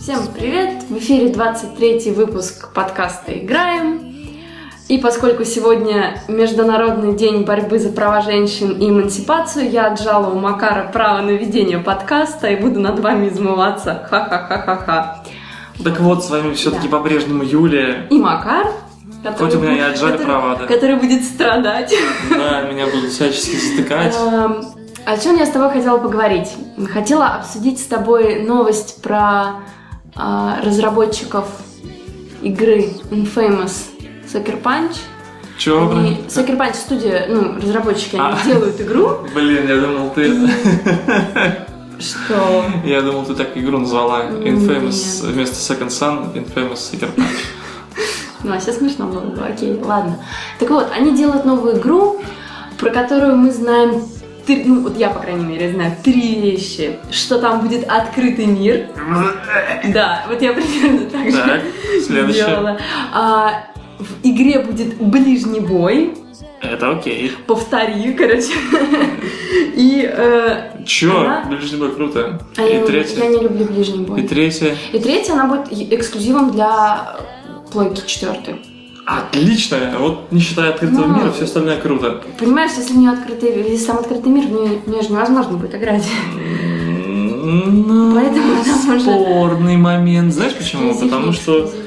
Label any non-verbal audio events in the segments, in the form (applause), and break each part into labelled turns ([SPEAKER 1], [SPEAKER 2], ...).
[SPEAKER 1] Всем привет! В эфире 23 выпуск подкаста «Играем». И поскольку сегодня Международный день борьбы за права женщин и эмансипацию, я отжала у Макара право на ведение подкаста и буду над вами измываться. Ха-ха-ха-ха-ха.
[SPEAKER 2] Так вот, с вами все-таки
[SPEAKER 1] Да.
[SPEAKER 2] по-прежнему Юлия.
[SPEAKER 1] И Макар, который,
[SPEAKER 2] Хоть у меня и
[SPEAKER 1] будет-
[SPEAKER 2] отжали
[SPEAKER 1] который-
[SPEAKER 2] права, да.
[SPEAKER 1] который будет страдать.
[SPEAKER 2] Да, меня будут всячески затыкать.
[SPEAKER 1] Эм, О чем я с тобой хотела поговорить? Хотела обсудить с тобой новость про а, разработчиков игры Infamous Sucker Punch.
[SPEAKER 2] Чё,
[SPEAKER 1] Они-
[SPEAKER 2] блин?
[SPEAKER 1] Sucker Punch студия, ну, разработчики, они
[SPEAKER 2] А. Э.
[SPEAKER 1] делают
[SPEAKER 2] (laughs)
[SPEAKER 1] игру,
[SPEAKER 2] Блин, я думал, ты это...
[SPEAKER 1] что...
[SPEAKER 2] Я думал, ты так игру назвала.
[SPEAKER 1] Ну, Нет.
[SPEAKER 2] Infamous вместо Second Sun, Infamous Seeker Punch.
[SPEAKER 1] Ну, а сейчас смешно было бы, окей, ладно. Так вот, они делают новую игру, про которую мы знаем, три- ну, вот я, по крайней мере, знаю три вещи. Что там будет открытый мир. Да, вот я примерно так же
[SPEAKER 2] Так, следующее.
[SPEAKER 1] делала. А, в игре будет ближний бой.
[SPEAKER 2] Это окей.
[SPEAKER 1] Повтори, короче. (laughs) И э,
[SPEAKER 2] Чё,
[SPEAKER 1] Ага.
[SPEAKER 2] ближний бой круто.
[SPEAKER 1] а я,
[SPEAKER 2] И
[SPEAKER 1] не- я
[SPEAKER 2] третье.
[SPEAKER 1] не люблю ближний
[SPEAKER 2] И
[SPEAKER 1] бой.
[SPEAKER 2] третье.
[SPEAKER 1] И третья, она будет и- эксклюзивом для плойки четвертой.
[SPEAKER 2] Отлично! Вот не считая открытого
[SPEAKER 1] Ну.
[SPEAKER 2] мира, все остальное круто.
[SPEAKER 1] Понимаешь, если не открытый, если там открытый мир, мне, мне же невозможно будет играть.
[SPEAKER 2] М, ну,
[SPEAKER 1] Поэтому она может-
[SPEAKER 2] спорный момент. Знаешь почему?
[SPEAKER 1] Эксклюзив,
[SPEAKER 2] Потому что
[SPEAKER 1] эксклюзив.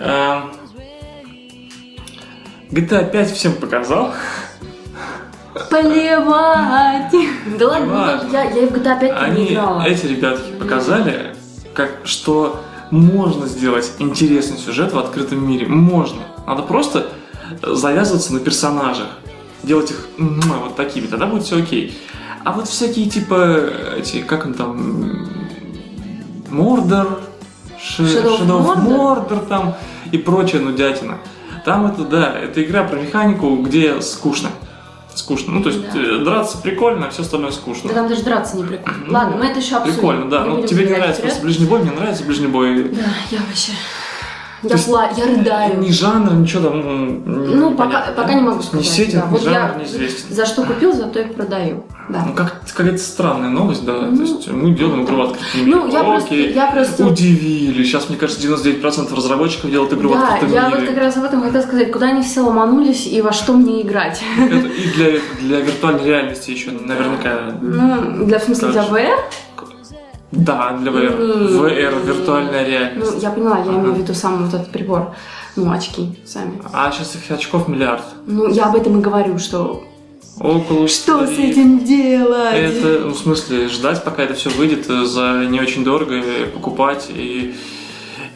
[SPEAKER 2] А, GTA 5 А всем показал. (laughs)
[SPEAKER 1] Плевать! Да ладно, ну
[SPEAKER 2] Неважно.
[SPEAKER 1] я, я и в GTA 5 не
[SPEAKER 2] Они,
[SPEAKER 1] играла.
[SPEAKER 2] эти ребятки показали, как, что можно сделать интересный сюжет в открытом мире. Можно. Надо просто завязываться на персонажах. Делать их муа, вот такими, тогда будет все окей. А вот всякие типа, эти, как он там, м, Мордор, Ш-
[SPEAKER 1] Shadow of
[SPEAKER 2] Shadow of
[SPEAKER 1] Mordor?
[SPEAKER 2] Mordor там и прочая нудятина. Там это, да, это игра про механику, где скучно. Скучно. Ну, то есть
[SPEAKER 1] Да.
[SPEAKER 2] э, драться прикольно, а все остальное скучно.
[SPEAKER 1] Да там даже драться не прикольно. Ладно, мы это еще обсудим.
[SPEAKER 2] Прикольно, да. Ну,
[SPEAKER 1] будем
[SPEAKER 2] тебе не
[SPEAKER 1] забегать
[SPEAKER 2] нравится
[SPEAKER 1] вперед.
[SPEAKER 2] просто ближний бой, мне нравится ближний бой.
[SPEAKER 1] Да, я вообще... Я,
[SPEAKER 2] То есть-
[SPEAKER 1] пла- я рыдаю.
[SPEAKER 2] Ни жанр, ничего там. м,
[SPEAKER 1] Ну, пока,
[SPEAKER 2] непонятно.
[SPEAKER 1] пока не могу
[SPEAKER 2] То есть
[SPEAKER 1] сказать.
[SPEAKER 2] Ни сетинг,
[SPEAKER 1] да.
[SPEAKER 2] ни
[SPEAKER 1] Вот
[SPEAKER 2] жанр
[SPEAKER 1] я
[SPEAKER 2] неизвестен.
[SPEAKER 1] За что купил, зато и продаю. Да.
[SPEAKER 2] Ну, как, какая-то странная новость, да.
[SPEAKER 1] Ну,
[SPEAKER 2] То есть мы делаем игру в открытом мире.
[SPEAKER 1] Ну, я просто,
[SPEAKER 2] Окей.
[SPEAKER 1] я просто...
[SPEAKER 2] Удивили. Сейчас, мне кажется, 99% разработчиков делают игру в
[SPEAKER 1] Да,
[SPEAKER 2] открытом
[SPEAKER 1] я вот
[SPEAKER 2] мире.
[SPEAKER 1] как раз об этом хотела сказать, куда они все ломанулись и во что мне играть.
[SPEAKER 2] Это и для, для виртуальной реальности еще наверняка.
[SPEAKER 1] Ну, для в смысле для VR?
[SPEAKER 2] Да, для VR.
[SPEAKER 1] М.
[SPEAKER 2] VR, виртуальная реальность.
[SPEAKER 1] Ну, я поняла, я
[SPEAKER 2] Ага.
[SPEAKER 1] имею в виду сам вот этот прибор. Ну, очки сами.
[SPEAKER 2] А сейчас их очков миллиард.
[SPEAKER 1] Ну, я об этом и говорю, что...
[SPEAKER 2] Около
[SPEAKER 1] Что с этим делать?
[SPEAKER 2] Это, ну, в смысле, ждать, пока это все выйдет э, за не очень дорого, э, покупать и,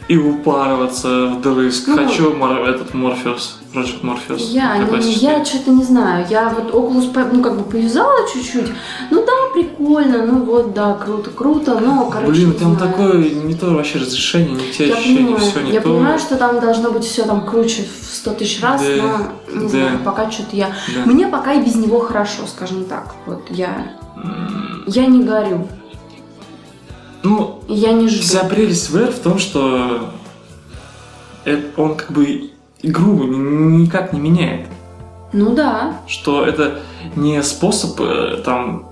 [SPEAKER 2] и упарываться вдрызг.
[SPEAKER 1] Ну.
[SPEAKER 2] Хочу мор- этот Morpheus, Project Morpheus.
[SPEAKER 1] Я, ну,
[SPEAKER 2] классический.
[SPEAKER 1] я что-то не знаю. Я вот Oculus, Pe- ну, как бы повязала чуть-чуть. Ну, да, прикольно, ну, вот, да, круто, круто, но, ну, короче,
[SPEAKER 2] Блин,
[SPEAKER 1] не
[SPEAKER 2] там
[SPEAKER 1] знаю.
[SPEAKER 2] такое не то вообще разрешение, не те
[SPEAKER 1] Я
[SPEAKER 2] ощущения,
[SPEAKER 1] понимаю,
[SPEAKER 2] все не
[SPEAKER 1] я
[SPEAKER 2] то.
[SPEAKER 1] понимаю, что там должно быть все там круче в 100 тысяч раз,
[SPEAKER 2] Да,
[SPEAKER 1] но, не
[SPEAKER 2] да.
[SPEAKER 1] знаю, пока что-то я...
[SPEAKER 2] Да.
[SPEAKER 1] Мне пока и без него хорошо, скажем так. Вот, я...
[SPEAKER 2] М,
[SPEAKER 1] Я не горю,
[SPEAKER 2] Ну,
[SPEAKER 1] и я не жду.
[SPEAKER 2] вся прелесть VR в том, что э, он как бы игру ни- никак не меняет.
[SPEAKER 1] Ну, да.
[SPEAKER 2] что это не способ э, там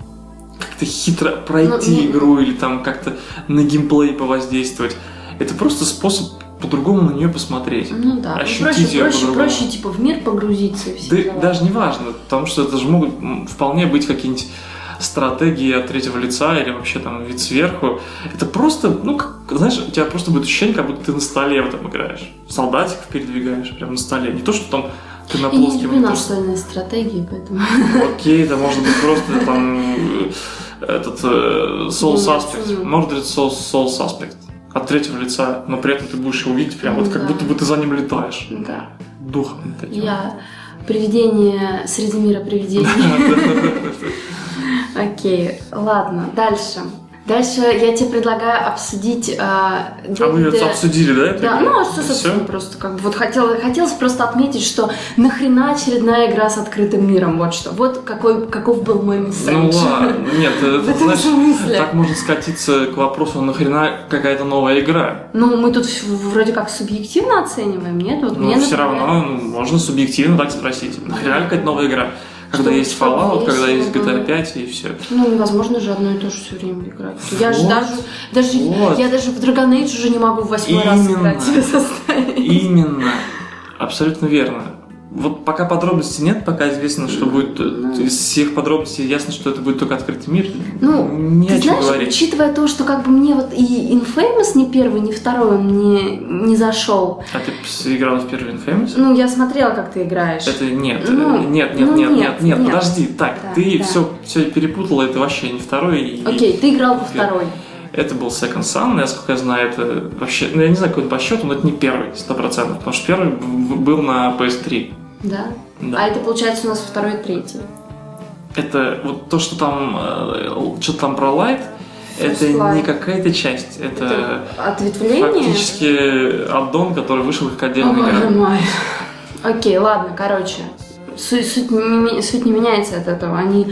[SPEAKER 2] как-то хитро пройти
[SPEAKER 1] Ну, не-
[SPEAKER 2] игру или там как-то на геймплей повоздействовать. Это просто способ по-другому на нее посмотреть.
[SPEAKER 1] Ну, да. Ну,
[SPEAKER 2] Ощутить
[SPEAKER 1] проще,
[SPEAKER 2] её
[SPEAKER 1] проще,
[SPEAKER 2] по-другому.
[SPEAKER 1] проще, типа, в мир погрузиться и все
[SPEAKER 2] Да,
[SPEAKER 1] дела.
[SPEAKER 2] даже не важно, потому что это же могут м, вполне быть какие-нибудь стратегии от третьего лица или вообще там вид сверху. Это просто, ну, как, знаешь, у тебя просто будет ощущение, как будто ты на столе в этом играешь. Солдатиков передвигаешь прямо на столе. Не то, что там ты на
[SPEAKER 1] Я не
[SPEAKER 2] плоском
[SPEAKER 1] люблю настольные стратегии, поэтому... (laughs)
[SPEAKER 2] Окей, это может быть просто там э, этот э, Soul
[SPEAKER 1] Мгм.
[SPEAKER 2] Suspect, Mordred Soul, Soul Suspect от третьего лица, но при этом ты будешь его видеть прям вот как
[SPEAKER 1] Да.
[SPEAKER 2] будто бы ты за ним летаешь.
[SPEAKER 1] Да.
[SPEAKER 2] Духом таким.
[SPEAKER 1] Я привидение
[SPEAKER 2] (laughs)
[SPEAKER 1] среди мира привидений.
[SPEAKER 2] Да-да-да.
[SPEAKER 1] Окей, ладно, дальше. Дальше я тебе предлагаю обсудить э,
[SPEAKER 2] А вы ее
[SPEAKER 1] Дэвида-
[SPEAKER 2] обсудили, да? эту
[SPEAKER 1] Да,
[SPEAKER 2] игру?
[SPEAKER 1] ну а что, собственно,
[SPEAKER 2] Всё?
[SPEAKER 1] просто как бы вот хотела, хотелось просто отметить, что нахрена очередная игра с открытым миром, вот что. Вот какой, каков был мой месседж.
[SPEAKER 2] Ну
[SPEAKER 1] (laughs)
[SPEAKER 2] ладно, нет,
[SPEAKER 1] В
[SPEAKER 2] это,
[SPEAKER 1] этом смысле.
[SPEAKER 2] знаешь, так можно скатиться к вопросу, нахрена какая-то новая игра.
[SPEAKER 1] Ну, мы тут ф- вроде как субъективно оцениваем, нет? Вот
[SPEAKER 2] Но
[SPEAKER 1] мне,
[SPEAKER 2] все
[SPEAKER 1] например,
[SPEAKER 2] Ну, равно ну, можно субъективно так спросить. Нахрена какая-то новая игра? Когда
[SPEAKER 1] Что-
[SPEAKER 2] есть
[SPEAKER 1] что
[SPEAKER 2] Fallout,
[SPEAKER 1] есть,
[SPEAKER 2] когда есть
[SPEAKER 1] что было.
[SPEAKER 2] GTA 5 и все.
[SPEAKER 1] Ну, невозможно же одно и то же все время играть. Я же
[SPEAKER 2] Вот.
[SPEAKER 1] даже, даже
[SPEAKER 2] Вот.
[SPEAKER 1] я даже в Dragon Age уже не могу в восьмой раз
[SPEAKER 2] Именно.
[SPEAKER 1] играть составе.
[SPEAKER 2] Именно. Абсолютно верно. Вот пока подробностей нет, пока известно, что будет э, из всех подробностей ясно, что это будет только открытый мир.
[SPEAKER 1] Ну,
[SPEAKER 2] не
[SPEAKER 1] Ты
[SPEAKER 2] о чем
[SPEAKER 1] знаешь,
[SPEAKER 2] говорить.
[SPEAKER 1] учитывая то, что как бы мне вот и Infamous ни первый, ни второй он мне не зашел.
[SPEAKER 2] А ты пс- играл в первый Infamous?
[SPEAKER 1] Ну, я смотрела, как ты играешь.
[SPEAKER 2] Это нет, э,
[SPEAKER 1] Ну,
[SPEAKER 2] нет, нет,
[SPEAKER 1] ну,
[SPEAKER 2] нет,
[SPEAKER 1] нет,
[SPEAKER 2] нет, нет,
[SPEAKER 1] нет.
[SPEAKER 2] подожди, так,
[SPEAKER 1] Да,
[SPEAKER 2] ты
[SPEAKER 1] да.
[SPEAKER 2] все, все перепутала, это вообще не второй. и
[SPEAKER 1] Окей, ты играл во
[SPEAKER 2] Нет.
[SPEAKER 1] второй.
[SPEAKER 2] Это был Second Sun, насколько я знаю, это вообще, ну я не знаю, какой он по счету, но это не первый, 100%, потому что первый в- был на PS3.
[SPEAKER 1] Да?
[SPEAKER 2] Да.
[SPEAKER 1] А это получается у нас второй и третий.
[SPEAKER 2] Это вот то, что там, что там про Light, это
[SPEAKER 1] Light.
[SPEAKER 2] не какая-то часть, это,
[SPEAKER 1] ответвление?
[SPEAKER 2] фактически аддон, который вышел как
[SPEAKER 1] О,
[SPEAKER 2] отдельная
[SPEAKER 1] боже
[SPEAKER 2] игра.
[SPEAKER 1] мой. Окей, ладно, короче. Суть, суть не, ме- суть не меняется от этого. Они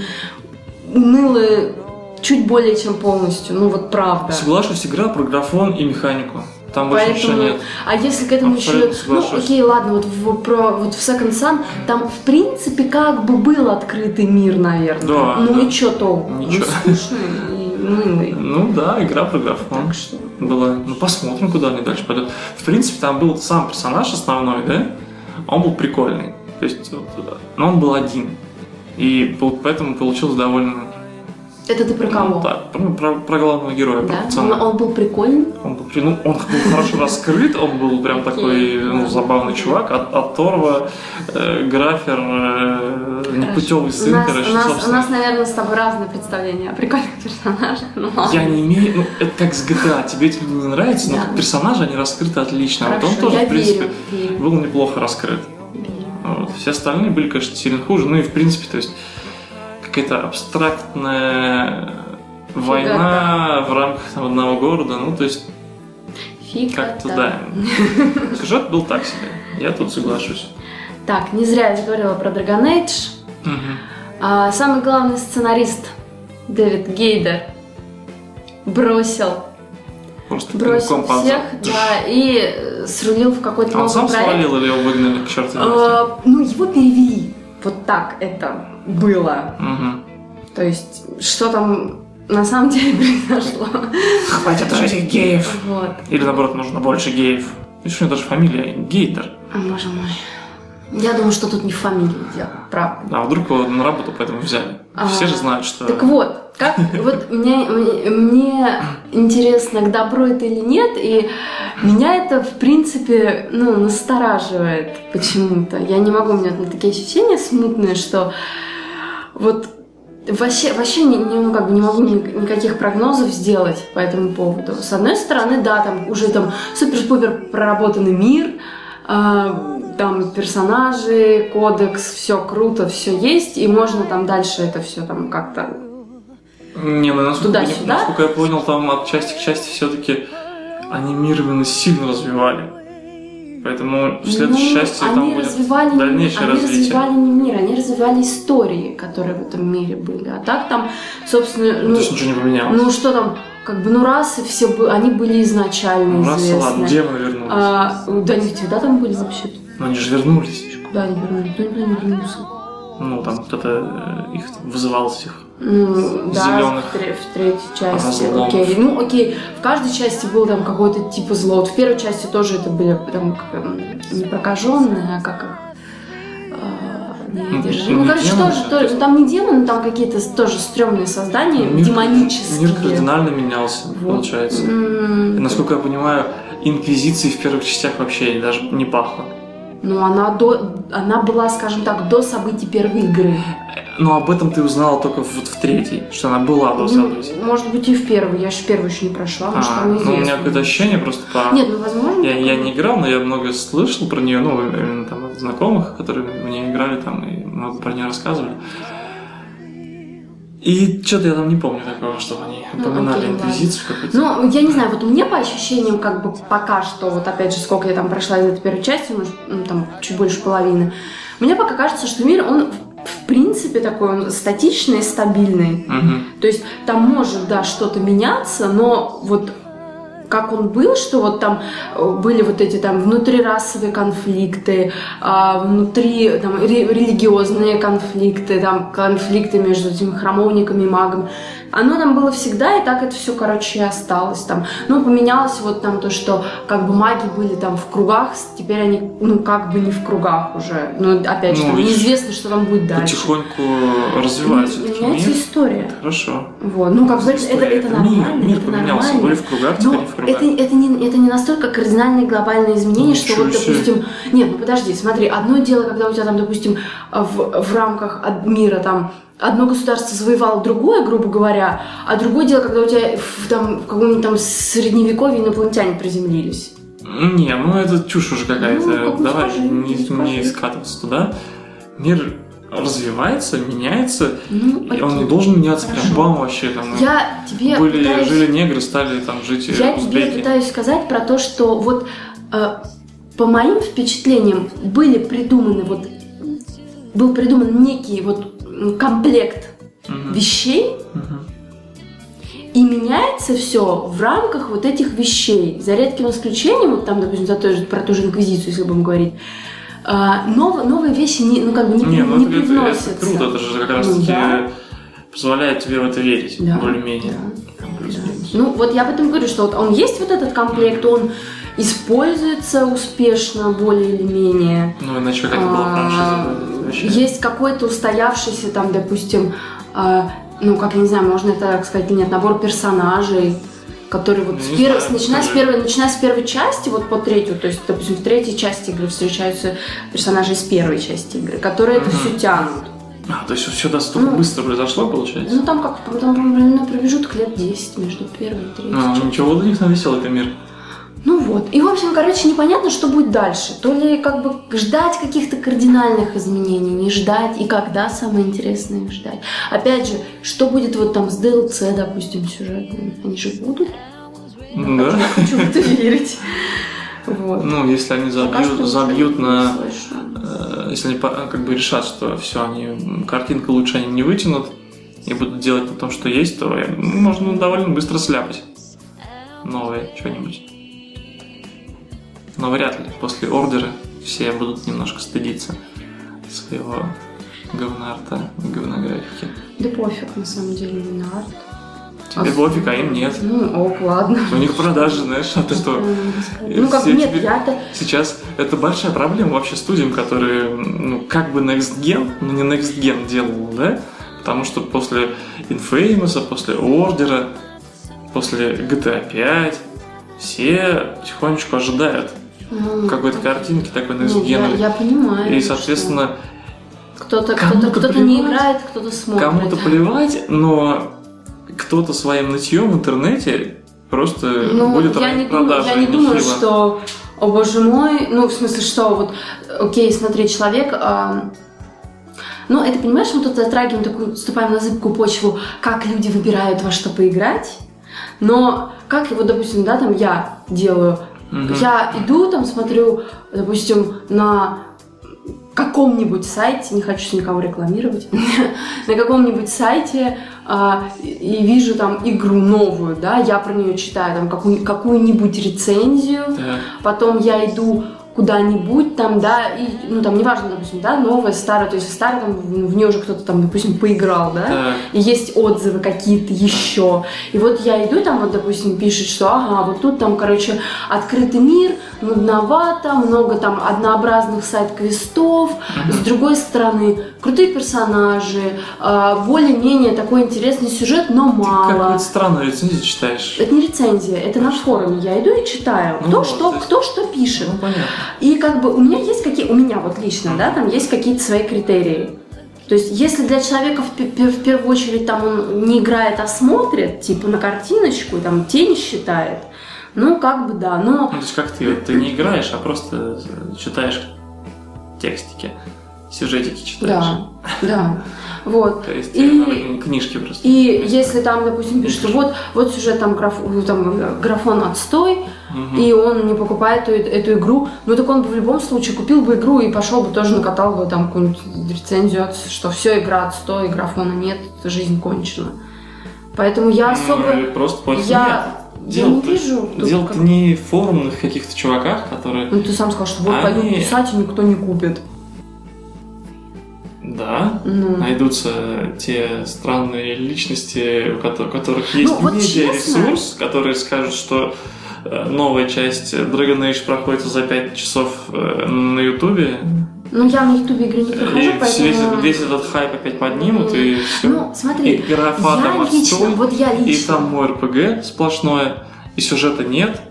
[SPEAKER 1] унылые чуть более чем полностью. Ну вот правда.
[SPEAKER 2] Соглашусь, игра про графон и механику. Там больше ничего
[SPEAKER 1] Поэтому,
[SPEAKER 2] нет.
[SPEAKER 1] а если к этому еще,
[SPEAKER 2] Абсолютно
[SPEAKER 1] ну
[SPEAKER 2] соглашусь.
[SPEAKER 1] окей, ладно, вот в, про, вот в Second Sun там в принципе как бы был открытый мир, наверное.
[SPEAKER 2] Да,
[SPEAKER 1] ну
[SPEAKER 2] да.
[SPEAKER 1] и что толку?
[SPEAKER 2] Ничего.
[SPEAKER 1] Он скучный и унылый.
[SPEAKER 2] Ну да, игра про графон.
[SPEAKER 1] Так что.
[SPEAKER 2] была. Ну, посмотрим, куда они дальше пойдут. В принципе, там был сам персонаж основной, да? Он был прикольный. То есть, вот, э, но он был один. И пол- поэтому получилось довольно...
[SPEAKER 1] Это ты про
[SPEAKER 2] Ну,
[SPEAKER 1] кого?
[SPEAKER 2] так, про, про- про главного героя, про
[SPEAKER 1] Да? Ну, Он,
[SPEAKER 2] пацана.
[SPEAKER 1] он был прикольный.
[SPEAKER 2] Он был, при- ну, он был хорошо раскрыт, он был прям
[SPEAKER 1] Окей,
[SPEAKER 2] такой ну,
[SPEAKER 1] ладно.
[SPEAKER 2] забавный чувак. От, от Торва, э, Графер, э, непутевый
[SPEAKER 1] у,
[SPEAKER 2] сын,
[SPEAKER 1] нас,
[SPEAKER 2] короче,
[SPEAKER 1] у, нас, у
[SPEAKER 2] собственно.
[SPEAKER 1] нас, наверное, с тобой разные представления о прикольных (laughs) персонажах. Ну, ладно.
[SPEAKER 2] Я не имею... Ну, это как с GTA. Тебе эти люди не нравятся, но
[SPEAKER 1] Да.
[SPEAKER 2] как персонажи они раскрыты отлично. А вот
[SPEAKER 1] Хорошо,
[SPEAKER 2] он тоже,
[SPEAKER 1] я
[SPEAKER 2] в принципе,
[SPEAKER 1] верю, верю,
[SPEAKER 2] был неплохо раскрыт.
[SPEAKER 1] верю.
[SPEAKER 2] Вот. Все остальные были, конечно, сильно хуже. Ну и в принципе, то есть какая-то абстрактная война в рамках там, одного города. Ну, то есть
[SPEAKER 1] Фиг
[SPEAKER 2] как-то
[SPEAKER 1] это.
[SPEAKER 2] да. (laughs) Сюжет был так себе. Я тут соглашусь.
[SPEAKER 1] Так, не зря я заговорила про Dragon Age. А, самый главный сценарист Дэвид Гейдер бросил,
[SPEAKER 2] Просто
[SPEAKER 1] бросил
[SPEAKER 2] пинком под
[SPEAKER 1] всех,
[SPEAKER 2] зад.
[SPEAKER 1] да, и э, срулил в какой-то
[SPEAKER 2] А он
[SPEAKER 1] новый
[SPEAKER 2] сам
[SPEAKER 1] проект.
[SPEAKER 2] свалил или его выгнали к черту?
[SPEAKER 1] А, ну, его перевели. Вот так это было.
[SPEAKER 2] Угу.
[SPEAKER 1] То есть, что там на самом деле (laughs) произошло.
[SPEAKER 2] Хватит А уже этих геев!
[SPEAKER 1] Вот.
[SPEAKER 2] Или наоборот, нужно больше геев. Видишь, у него даже фамилия Гейтер.
[SPEAKER 1] О, А, боже мой. Я думаю, что тут не в фамилии дело, правда.
[SPEAKER 2] А вдруг его на работу поэтому взяли? Все же
[SPEAKER 1] А,
[SPEAKER 2] знают, что...
[SPEAKER 1] Так вот, как вот мне, мне- мне интересно, к добру это или нет, и меня это в принципе ну, настораживает почему-то. Я не могу, у меня там такие ощущения смутные, что вот вообще, вообще не, не- ну, как бы не могу ни- никаких прогнозов сделать по этому поводу. С одной стороны, да, там уже там супер-пупер проработанный мир, а, там персонажи, кодекс, все круто, все есть, и можно там дальше это все там как-то
[SPEAKER 2] Не, ну насколько, я-
[SPEAKER 1] Туда-сюда?
[SPEAKER 2] насколько я понял, там от части к части все-таки анимированно сильно развивали. Поэтому в следующей
[SPEAKER 1] Ну,
[SPEAKER 2] части
[SPEAKER 1] они
[SPEAKER 2] там будет
[SPEAKER 1] развивали,
[SPEAKER 2] дальнейшее
[SPEAKER 1] они
[SPEAKER 2] развитие.
[SPEAKER 1] развивали не мир, они развивали истории, которые в этом мире были. А так там, собственно,
[SPEAKER 2] Ну,
[SPEAKER 1] ну,
[SPEAKER 2] То есть ничего не поменялось.
[SPEAKER 1] ну что там, как бы, ну расы все, бы- они были изначально
[SPEAKER 2] Ну, раз,
[SPEAKER 1] известны.
[SPEAKER 2] ладно, демоны вернулись.
[SPEAKER 1] А, да они всегда там были вообще?
[SPEAKER 2] Но они же вернулись.
[SPEAKER 1] Да, они вернулись, никто никуда не вернулся.
[SPEAKER 2] Ну, там кто-то э, их там вызывал всех.
[SPEAKER 1] Ну, да,
[SPEAKER 2] Зелёных.
[SPEAKER 1] в, тре- в третьей части,
[SPEAKER 2] Разломов.
[SPEAKER 1] окей. Ну, окей, в каждой части был там какой-то типа зло. Вот в первой части тоже это были там как, эм, не прокаженные, а как их... э,
[SPEAKER 2] Ну,
[SPEAKER 1] неодержимые.
[SPEAKER 2] ну,
[SPEAKER 1] Ну,
[SPEAKER 2] не
[SPEAKER 1] короче,
[SPEAKER 2] демоны,
[SPEAKER 1] тоже,
[SPEAKER 2] да,
[SPEAKER 1] то-
[SPEAKER 2] то есть- Ну,
[SPEAKER 1] там не демоны, там какие-то тоже стрёмные создания, демонические.
[SPEAKER 2] Мир кардинально менялся,
[SPEAKER 1] Вот. М-м.
[SPEAKER 2] получается. И,
[SPEAKER 1] М,
[SPEAKER 2] Насколько я понимаю, инквизиции в первых частях вообще даже не пахло.
[SPEAKER 1] Ну, она, до, она была, скажем так, до событий первой игры.
[SPEAKER 2] Но об этом ты узнала только вот в третьей, что она была А до
[SPEAKER 1] Ну,
[SPEAKER 2] событий.
[SPEAKER 1] может быть, и в первую. Я же первую еще не прошла, может,
[SPEAKER 2] А,
[SPEAKER 1] там
[SPEAKER 2] ну, у меня
[SPEAKER 1] известно.
[SPEAKER 2] какое-то ощущение просто по...
[SPEAKER 1] Нет, ну, возможно.
[SPEAKER 2] Я, я
[SPEAKER 1] такое.
[SPEAKER 2] не играл, но я много слышал про нее, ну, именно там от знакомых, которые мне играли там и много про нее рассказывали. И что-то я там не помню такого, что они
[SPEAKER 1] Ну,
[SPEAKER 2] упоминали
[SPEAKER 1] окей,
[SPEAKER 2] инквизицию какую-то.
[SPEAKER 1] Ну, я не знаю, вот мне по ощущениям, как бы пока что, вот опять же, сколько я там прошла из этой первой части, ну, ну, там чуть больше половины, мне пока кажется, что мир, он в- в принципе такой, он статичный, стабильный.
[SPEAKER 2] Мгм.
[SPEAKER 1] То есть там может, да, что-то меняться, но вот как он был, что вот там э, были вот эти там внутрирасовые конфликты, а, внутри там ре- религиозные конфликты, там конфликты между этими храмовниками и магами. Оно там было всегда, и так это все, короче, и осталось там. Ну, поменялось вот там то, что как бы маги были там в кругах, теперь они, ну, как бы не в кругах уже. Ну, опять же,
[SPEAKER 2] Ну,
[SPEAKER 1] там
[SPEAKER 2] видишь,
[SPEAKER 1] неизвестно, что там будет дальше.
[SPEAKER 2] Потихоньку развивается все-таки
[SPEAKER 1] Меняется
[SPEAKER 2] мир.
[SPEAKER 1] история.
[SPEAKER 2] Хорошо.
[SPEAKER 1] Вот, ну как бы это, это,
[SPEAKER 2] История.
[SPEAKER 1] это нормально,
[SPEAKER 2] Мир, мир
[SPEAKER 1] это
[SPEAKER 2] поменялся.
[SPEAKER 1] нормально.
[SPEAKER 2] Были в кругах, теперь
[SPEAKER 1] Но
[SPEAKER 2] не в кругах.
[SPEAKER 1] это, это, не, это не настолько кардинальные глобальные изменения, что
[SPEAKER 2] Ничего
[SPEAKER 1] вот,
[SPEAKER 2] себе.
[SPEAKER 1] допустим... Нет, ну подожди, смотри, одно дело, когда у тебя там, допустим, а, в, в рамках од- мира там одно государство завоевало другое, грубо говоря, а другое дело, когда у тебя в, там, в каком-нибудь там средневековье инопланетяне приземлились.
[SPEAKER 2] Не, ну это чушь уже какая-то.
[SPEAKER 1] Ну, как бы
[SPEAKER 2] Давай
[SPEAKER 1] скажи,
[SPEAKER 2] не, не
[SPEAKER 1] скажи.
[SPEAKER 2] скатываться туда. Мир развивается, меняется,
[SPEAKER 1] Ну,
[SPEAKER 2] и он не
[SPEAKER 1] окей.
[SPEAKER 2] должен меняться прям
[SPEAKER 1] Хорошо.
[SPEAKER 2] бам вообще там.
[SPEAKER 1] Я тебе
[SPEAKER 2] Были,
[SPEAKER 1] пытаюсь-
[SPEAKER 2] жили негры, стали там жить э,
[SPEAKER 1] Я тебе
[SPEAKER 2] узбеки.
[SPEAKER 1] пытаюсь сказать про то, что вот э, по моим впечатлениям были придуманы вот был придуман некий вот м, комплект
[SPEAKER 2] Мгм.
[SPEAKER 1] вещей
[SPEAKER 2] Мгм.
[SPEAKER 1] и меняется все в рамках вот этих вещей за редким исключением вот там допустим за той же- про ту же инквизицию если будем говорить а, нов- новые вещи не, ну как бы не,
[SPEAKER 2] Не,
[SPEAKER 1] при-
[SPEAKER 2] ну
[SPEAKER 1] не
[SPEAKER 2] это, это- это
[SPEAKER 1] привносятся.
[SPEAKER 2] круто, это же как раз
[SPEAKER 1] Ну
[SPEAKER 2] таки
[SPEAKER 1] да.
[SPEAKER 2] позволяет тебе в это верить,
[SPEAKER 1] Да.
[SPEAKER 2] более-менее.
[SPEAKER 1] Да.
[SPEAKER 2] Там плюс
[SPEAKER 1] Да.
[SPEAKER 2] минус.
[SPEAKER 1] Ну, вот я об этом говорю, что вот он есть вот этот комплект, он используется успешно, более или менее.
[SPEAKER 2] Ну иначе как это была
[SPEAKER 1] А,
[SPEAKER 2] франшиза? это вообще.
[SPEAKER 1] Есть какой-то устоявшийся там, допустим, а, ну, как я не знаю, можно это так сказать или нет, набор персонажей, который вот
[SPEAKER 2] Ну,
[SPEAKER 1] с
[SPEAKER 2] не
[SPEAKER 1] первой-
[SPEAKER 2] знаю,
[SPEAKER 1] начиная, с
[SPEAKER 2] скажи.
[SPEAKER 1] первой, начиная с первой части, вот по третью, то есть, допустим, в третьей части игры встречаются персонажи из первой части игры, которые это
[SPEAKER 2] Мгм.
[SPEAKER 1] все тянут.
[SPEAKER 2] А, то есть все настолько
[SPEAKER 1] Ну.
[SPEAKER 2] быстро произошло, получается?
[SPEAKER 1] Ну, там как, там, примерно промежуток лет 10 между первой и третьей.
[SPEAKER 2] А, ничего, вот у них нависел это мир.
[SPEAKER 1] Ну вот. И, в общем, короче, непонятно, что будет дальше. То ли как бы ждать каких-то кардинальных изменений, не ждать, и когда самое интересное их ждать. Опять же, что будет вот там с DLC, допустим, сюжетным? Они же будут?
[SPEAKER 2] Да?
[SPEAKER 1] Я хочу в это верить. Вот.
[SPEAKER 2] Ну, если они
[SPEAKER 1] Пока что
[SPEAKER 2] забьют,
[SPEAKER 1] ничего
[SPEAKER 2] забьют
[SPEAKER 1] не
[SPEAKER 2] на...
[SPEAKER 1] слышно.
[SPEAKER 2] э, Если они по- как бы решат, что все, они м, картинка лучше они не вытянут и будут делать на том, что есть, то э, можно довольно быстро сляпать новое что-нибудь. Но вряд ли после ордера все будут немножко стыдиться своего говнарта и говнографики.
[SPEAKER 1] Да пофиг, на самом деле, не на арт.
[SPEAKER 2] Тебе
[SPEAKER 1] А-
[SPEAKER 2] пофиг, а им нет.
[SPEAKER 1] Ну, ок, ладно.
[SPEAKER 2] У них продажи, знаешь, а ты что?
[SPEAKER 1] Ну, как,
[SPEAKER 2] Все
[SPEAKER 1] нет,
[SPEAKER 2] теперь-
[SPEAKER 1] я-то...
[SPEAKER 2] Сейчас это большая проблема вообще студиям, которые ну, как бы Next Gen, но не Next Gen делал, да? Потому что после Infamous, после Ордера, после GTA 5 все потихонечку ожидают
[SPEAKER 1] ну,
[SPEAKER 2] какой-то картинки такой Next
[SPEAKER 1] нет, Ну, я,
[SPEAKER 2] Gen.
[SPEAKER 1] я понимаю.
[SPEAKER 2] И,
[SPEAKER 1] что-
[SPEAKER 2] соответственно,
[SPEAKER 1] Кто-то
[SPEAKER 2] Кому-то
[SPEAKER 1] кто-то кто-то не
[SPEAKER 2] плевать.
[SPEAKER 1] играет, кто-то смотрит.
[SPEAKER 2] кому-то плевать, но кто-то своим нытьем в интернете просто
[SPEAKER 1] Ну,
[SPEAKER 2] будет
[SPEAKER 1] я не
[SPEAKER 2] ранить
[SPEAKER 1] думаю,
[SPEAKER 2] продажи. а
[SPEAKER 1] я не думаю,
[SPEAKER 2] нехило.
[SPEAKER 1] что, о боже мой, ну, в смысле, что вот, окей, смотри, человек, а, ну, это, понимаешь, мы тут затрагиваем такую, ступаем на зыбкую почву, как люди выбирают во что поиграть, но как его, допустим, да, там я делаю,
[SPEAKER 2] Мгм.
[SPEAKER 1] я иду, там смотрю, допустим, на каком-нибудь сайте, не хочу никого рекламировать, (laughs) на каком-нибудь сайте а, и- и вижу там игру новую, да, я про нее читаю там какую- какую-нибудь рецензию,
[SPEAKER 2] Так.
[SPEAKER 1] потом я иду куда-нибудь там, да, и, ну там неважно, допустим, да, новая, старая, то есть старая, там в в нее уже кто-то там, допустим, поиграл, да,
[SPEAKER 2] Так.
[SPEAKER 1] и есть отзывы какие-то еще. И вот я иду, там вот, допустим, пишет, что ага, вот тут там, короче, открытый мир, нудновато, много там однообразных сайт-квестов.
[SPEAKER 2] Мгм.
[SPEAKER 1] С другой стороны, крутые персонажи, а, более-менее такой интересный сюжет, но мало.
[SPEAKER 2] Какую-то странную рецензию читаешь.
[SPEAKER 1] Это не рецензия, это на форуме. Я иду и читаю,
[SPEAKER 2] Ну
[SPEAKER 1] кто,
[SPEAKER 2] вот,
[SPEAKER 1] что,
[SPEAKER 2] то есть-
[SPEAKER 1] кто что пишет.
[SPEAKER 2] Ну, понятно.
[SPEAKER 1] И как бы у меня есть какие, у меня вот лично, да, там есть какие-то свои критерии. То есть, если для человека в, пе- пе- в первую очередь там он не играет, а смотрит, типа на картиночку, там тени считает, ну как бы да, но
[SPEAKER 2] Ну, то есть как ты, ты не играешь, а просто читаешь текстики, сюжетики читаешь.
[SPEAKER 1] да, да. Вот.
[SPEAKER 2] То есть
[SPEAKER 1] И-
[SPEAKER 2] э, книжки просто.
[SPEAKER 1] И если там, допустим, пишут, что вот, вот сюжет там, граф, ну, там э, графон отстой,
[SPEAKER 2] Мгм.
[SPEAKER 1] и он не покупает эту, эту игру, ну так он бы в любом случае купил бы игру и пошел бы тоже накатал бы там какую-нибудь рецензию, от- что все, игра отстой, графона нет, жизнь кончена. Поэтому я особо...
[SPEAKER 2] Ну, просто понял.
[SPEAKER 1] Я,
[SPEAKER 2] Нет,
[SPEAKER 1] я не
[SPEAKER 2] дело-то-
[SPEAKER 1] вижу... тут
[SPEAKER 2] Дело-то
[SPEAKER 1] как-
[SPEAKER 2] не в форумных каких-то чуваках, которые...
[SPEAKER 1] Ну ты сам сказал, что вот пойдут
[SPEAKER 2] Они-
[SPEAKER 1] писать, и никто не купит.
[SPEAKER 2] Да,
[SPEAKER 1] Ну.
[SPEAKER 2] найдутся те странные личности, у кото- у которых есть
[SPEAKER 1] Ну, вот
[SPEAKER 2] медиаресурс, которые скажут, что э, новая часть Dragon Age проходит за 5 часов э, на Ютубе,
[SPEAKER 1] Ну я на ютубе игры не прохожу,
[SPEAKER 2] и весь,
[SPEAKER 1] поэтому...
[SPEAKER 2] весь этот хайп опять поднимут, и все.
[SPEAKER 1] Ну
[SPEAKER 2] и
[SPEAKER 1] смотри,
[SPEAKER 2] графа там
[SPEAKER 1] я лично,
[SPEAKER 2] отстой,
[SPEAKER 1] вот я
[SPEAKER 2] и
[SPEAKER 1] лично,
[SPEAKER 2] там мой РПГ сплошное, и сюжета нет,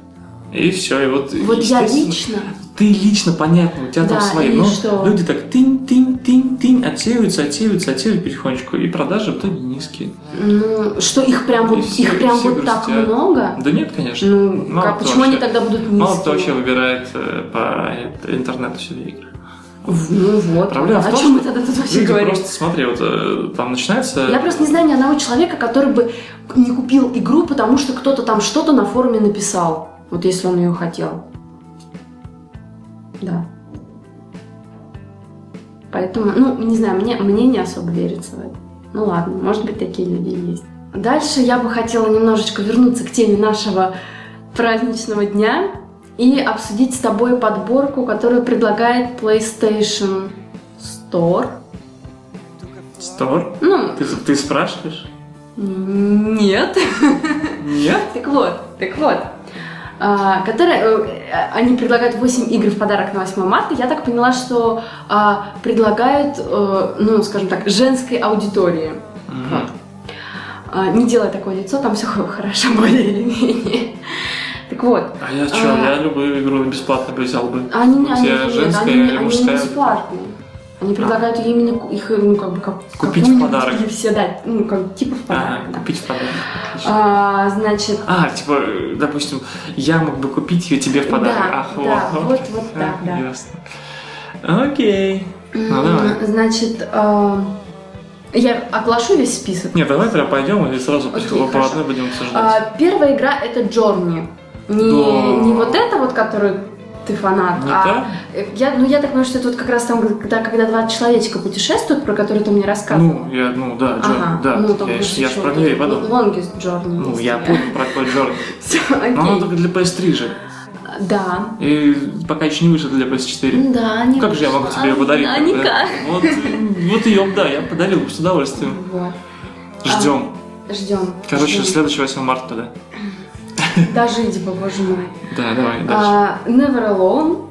[SPEAKER 2] и все, и вот...
[SPEAKER 1] вот я
[SPEAKER 2] естественно,
[SPEAKER 1] лично
[SPEAKER 2] Ты лично, понятно, у тебя там
[SPEAKER 1] Да,
[SPEAKER 2] свои,
[SPEAKER 1] и
[SPEAKER 2] но
[SPEAKER 1] что?
[SPEAKER 2] люди так тынь-тынь-тынь-тынь, отсеиваются, отсеиваются, отсеивают потихонечку, и продажи в итоге низкие.
[SPEAKER 1] Ну, что их прям
[SPEAKER 2] И
[SPEAKER 1] вот,
[SPEAKER 2] все-
[SPEAKER 1] их прям
[SPEAKER 2] все
[SPEAKER 1] вот так
[SPEAKER 2] грустят.
[SPEAKER 1] много?
[SPEAKER 2] Да нет, конечно.
[SPEAKER 1] Ну,
[SPEAKER 2] Мало
[SPEAKER 1] как,
[SPEAKER 2] кто
[SPEAKER 1] почему они
[SPEAKER 2] вообще-
[SPEAKER 1] тогда будут низкие?
[SPEAKER 2] Мало кто вообще выбирает э, по э, интернету себе игры.
[SPEAKER 1] В- Ну вот,
[SPEAKER 2] Проблема в
[SPEAKER 1] о
[SPEAKER 2] том,
[SPEAKER 1] чем мы
[SPEAKER 2] что
[SPEAKER 1] тогда тут вообще
[SPEAKER 2] Люди
[SPEAKER 1] говорим?
[SPEAKER 2] просто, смотри, вот э, там начинается...
[SPEAKER 1] Я просто не знаю ни одного человека, который бы не купил игру, потому что кто-то там что-то на форуме написал. Вот если он ее хотел. Да. Поэтому, ну, не знаю, мне, мне не особо верится в это. Ну ладно, может быть, такие люди и есть. Дальше я бы хотела немножечко вернуться к теме нашего праздничного дня и обсудить с тобой подборку, которую предлагает PlayStation Store.
[SPEAKER 2] Стор?
[SPEAKER 1] Ну,
[SPEAKER 2] Ты, ты спрашиваешь?
[SPEAKER 1] нет.
[SPEAKER 2] Нет?
[SPEAKER 1] Так вот, так вот. А, которая, э, они предлагают 8 игр в подарок на 8 марта. Я так поняла, что а, предлагают, э, ну, скажем так, женской аудитории.
[SPEAKER 2] Мгм.
[SPEAKER 1] А, не делай такое лицо, там все (laughs) хорошо, более или менее. Так вот,
[SPEAKER 2] А я что,
[SPEAKER 1] А.
[SPEAKER 2] я любую игру бесплатно бы взял бы.
[SPEAKER 1] они, не- они,
[SPEAKER 2] Где
[SPEAKER 1] нет,
[SPEAKER 2] женская
[SPEAKER 1] они,
[SPEAKER 2] или
[SPEAKER 1] они не
[SPEAKER 2] мужская?
[SPEAKER 1] бесплатные. Они предлагают именно ку- их, ну, как бы, как,
[SPEAKER 2] Купить в
[SPEAKER 1] какую-нибудь
[SPEAKER 2] подарок.
[SPEAKER 1] или все дать, ну, как, типа в подарок.
[SPEAKER 2] Ага,
[SPEAKER 1] да.
[SPEAKER 2] купить в подарок. Отлично.
[SPEAKER 1] А, значит,
[SPEAKER 2] А, типа, э, допустим, я мог бы купить ее тебе в подарок.
[SPEAKER 1] Да,
[SPEAKER 2] Ах,
[SPEAKER 1] да,
[SPEAKER 2] во.
[SPEAKER 1] вот- вот
[SPEAKER 2] А,
[SPEAKER 1] так, да.
[SPEAKER 2] Ясно. Окей. Ну,
[SPEAKER 1] М,
[SPEAKER 2] давай.
[SPEAKER 1] Значит, э, я оглашу весь список.
[SPEAKER 2] Нет, давай прям пойдем и сразу
[SPEAKER 1] Окей,
[SPEAKER 2] по- по
[SPEAKER 1] хорошо.
[SPEAKER 2] одной будем обсуждать.
[SPEAKER 1] А, Первая игра это Джорни. Не,
[SPEAKER 2] Да. Ну
[SPEAKER 1] не вот это вот, которую ты фанат,
[SPEAKER 2] Не
[SPEAKER 1] а
[SPEAKER 2] та?
[SPEAKER 1] э, я, ну, я так понимаю, что это вот как раз там, когда, когда два человечка путешествуют, про которые ты мне рассказывал.
[SPEAKER 2] Ну, я, ну, да, Джордан, да.
[SPEAKER 1] там
[SPEAKER 2] я,
[SPEAKER 1] плюс
[SPEAKER 2] ж- я ж
[SPEAKER 1] еще
[SPEAKER 2] про нее и подумал.
[SPEAKER 1] Longest Journey.
[SPEAKER 2] Ну,
[SPEAKER 1] есть
[SPEAKER 2] я
[SPEAKER 1] у меня.
[SPEAKER 2] понял Ну, про какой Джордан.
[SPEAKER 1] (laughs) Всё,
[SPEAKER 2] Но она
[SPEAKER 1] окей.
[SPEAKER 2] только для PS3 же.
[SPEAKER 1] Да.
[SPEAKER 2] И пока еще не вышла для PS4.
[SPEAKER 1] Да, не
[SPEAKER 2] Как же я
[SPEAKER 1] вышло.
[SPEAKER 2] могу тебе ее
[SPEAKER 1] А,
[SPEAKER 2] подарить?
[SPEAKER 1] А
[SPEAKER 2] тогда?
[SPEAKER 1] никак.
[SPEAKER 2] Вот, вот ее, да, я подарил бы с удовольствием.
[SPEAKER 1] Вот.
[SPEAKER 2] Ждем.
[SPEAKER 1] Ждем.
[SPEAKER 2] Короче,
[SPEAKER 1] Ждем.
[SPEAKER 2] следующий 8 марта, да.
[SPEAKER 1] Дожить бы, боже мой.
[SPEAKER 2] Да, давай, дальше.
[SPEAKER 1] А, Never Alone.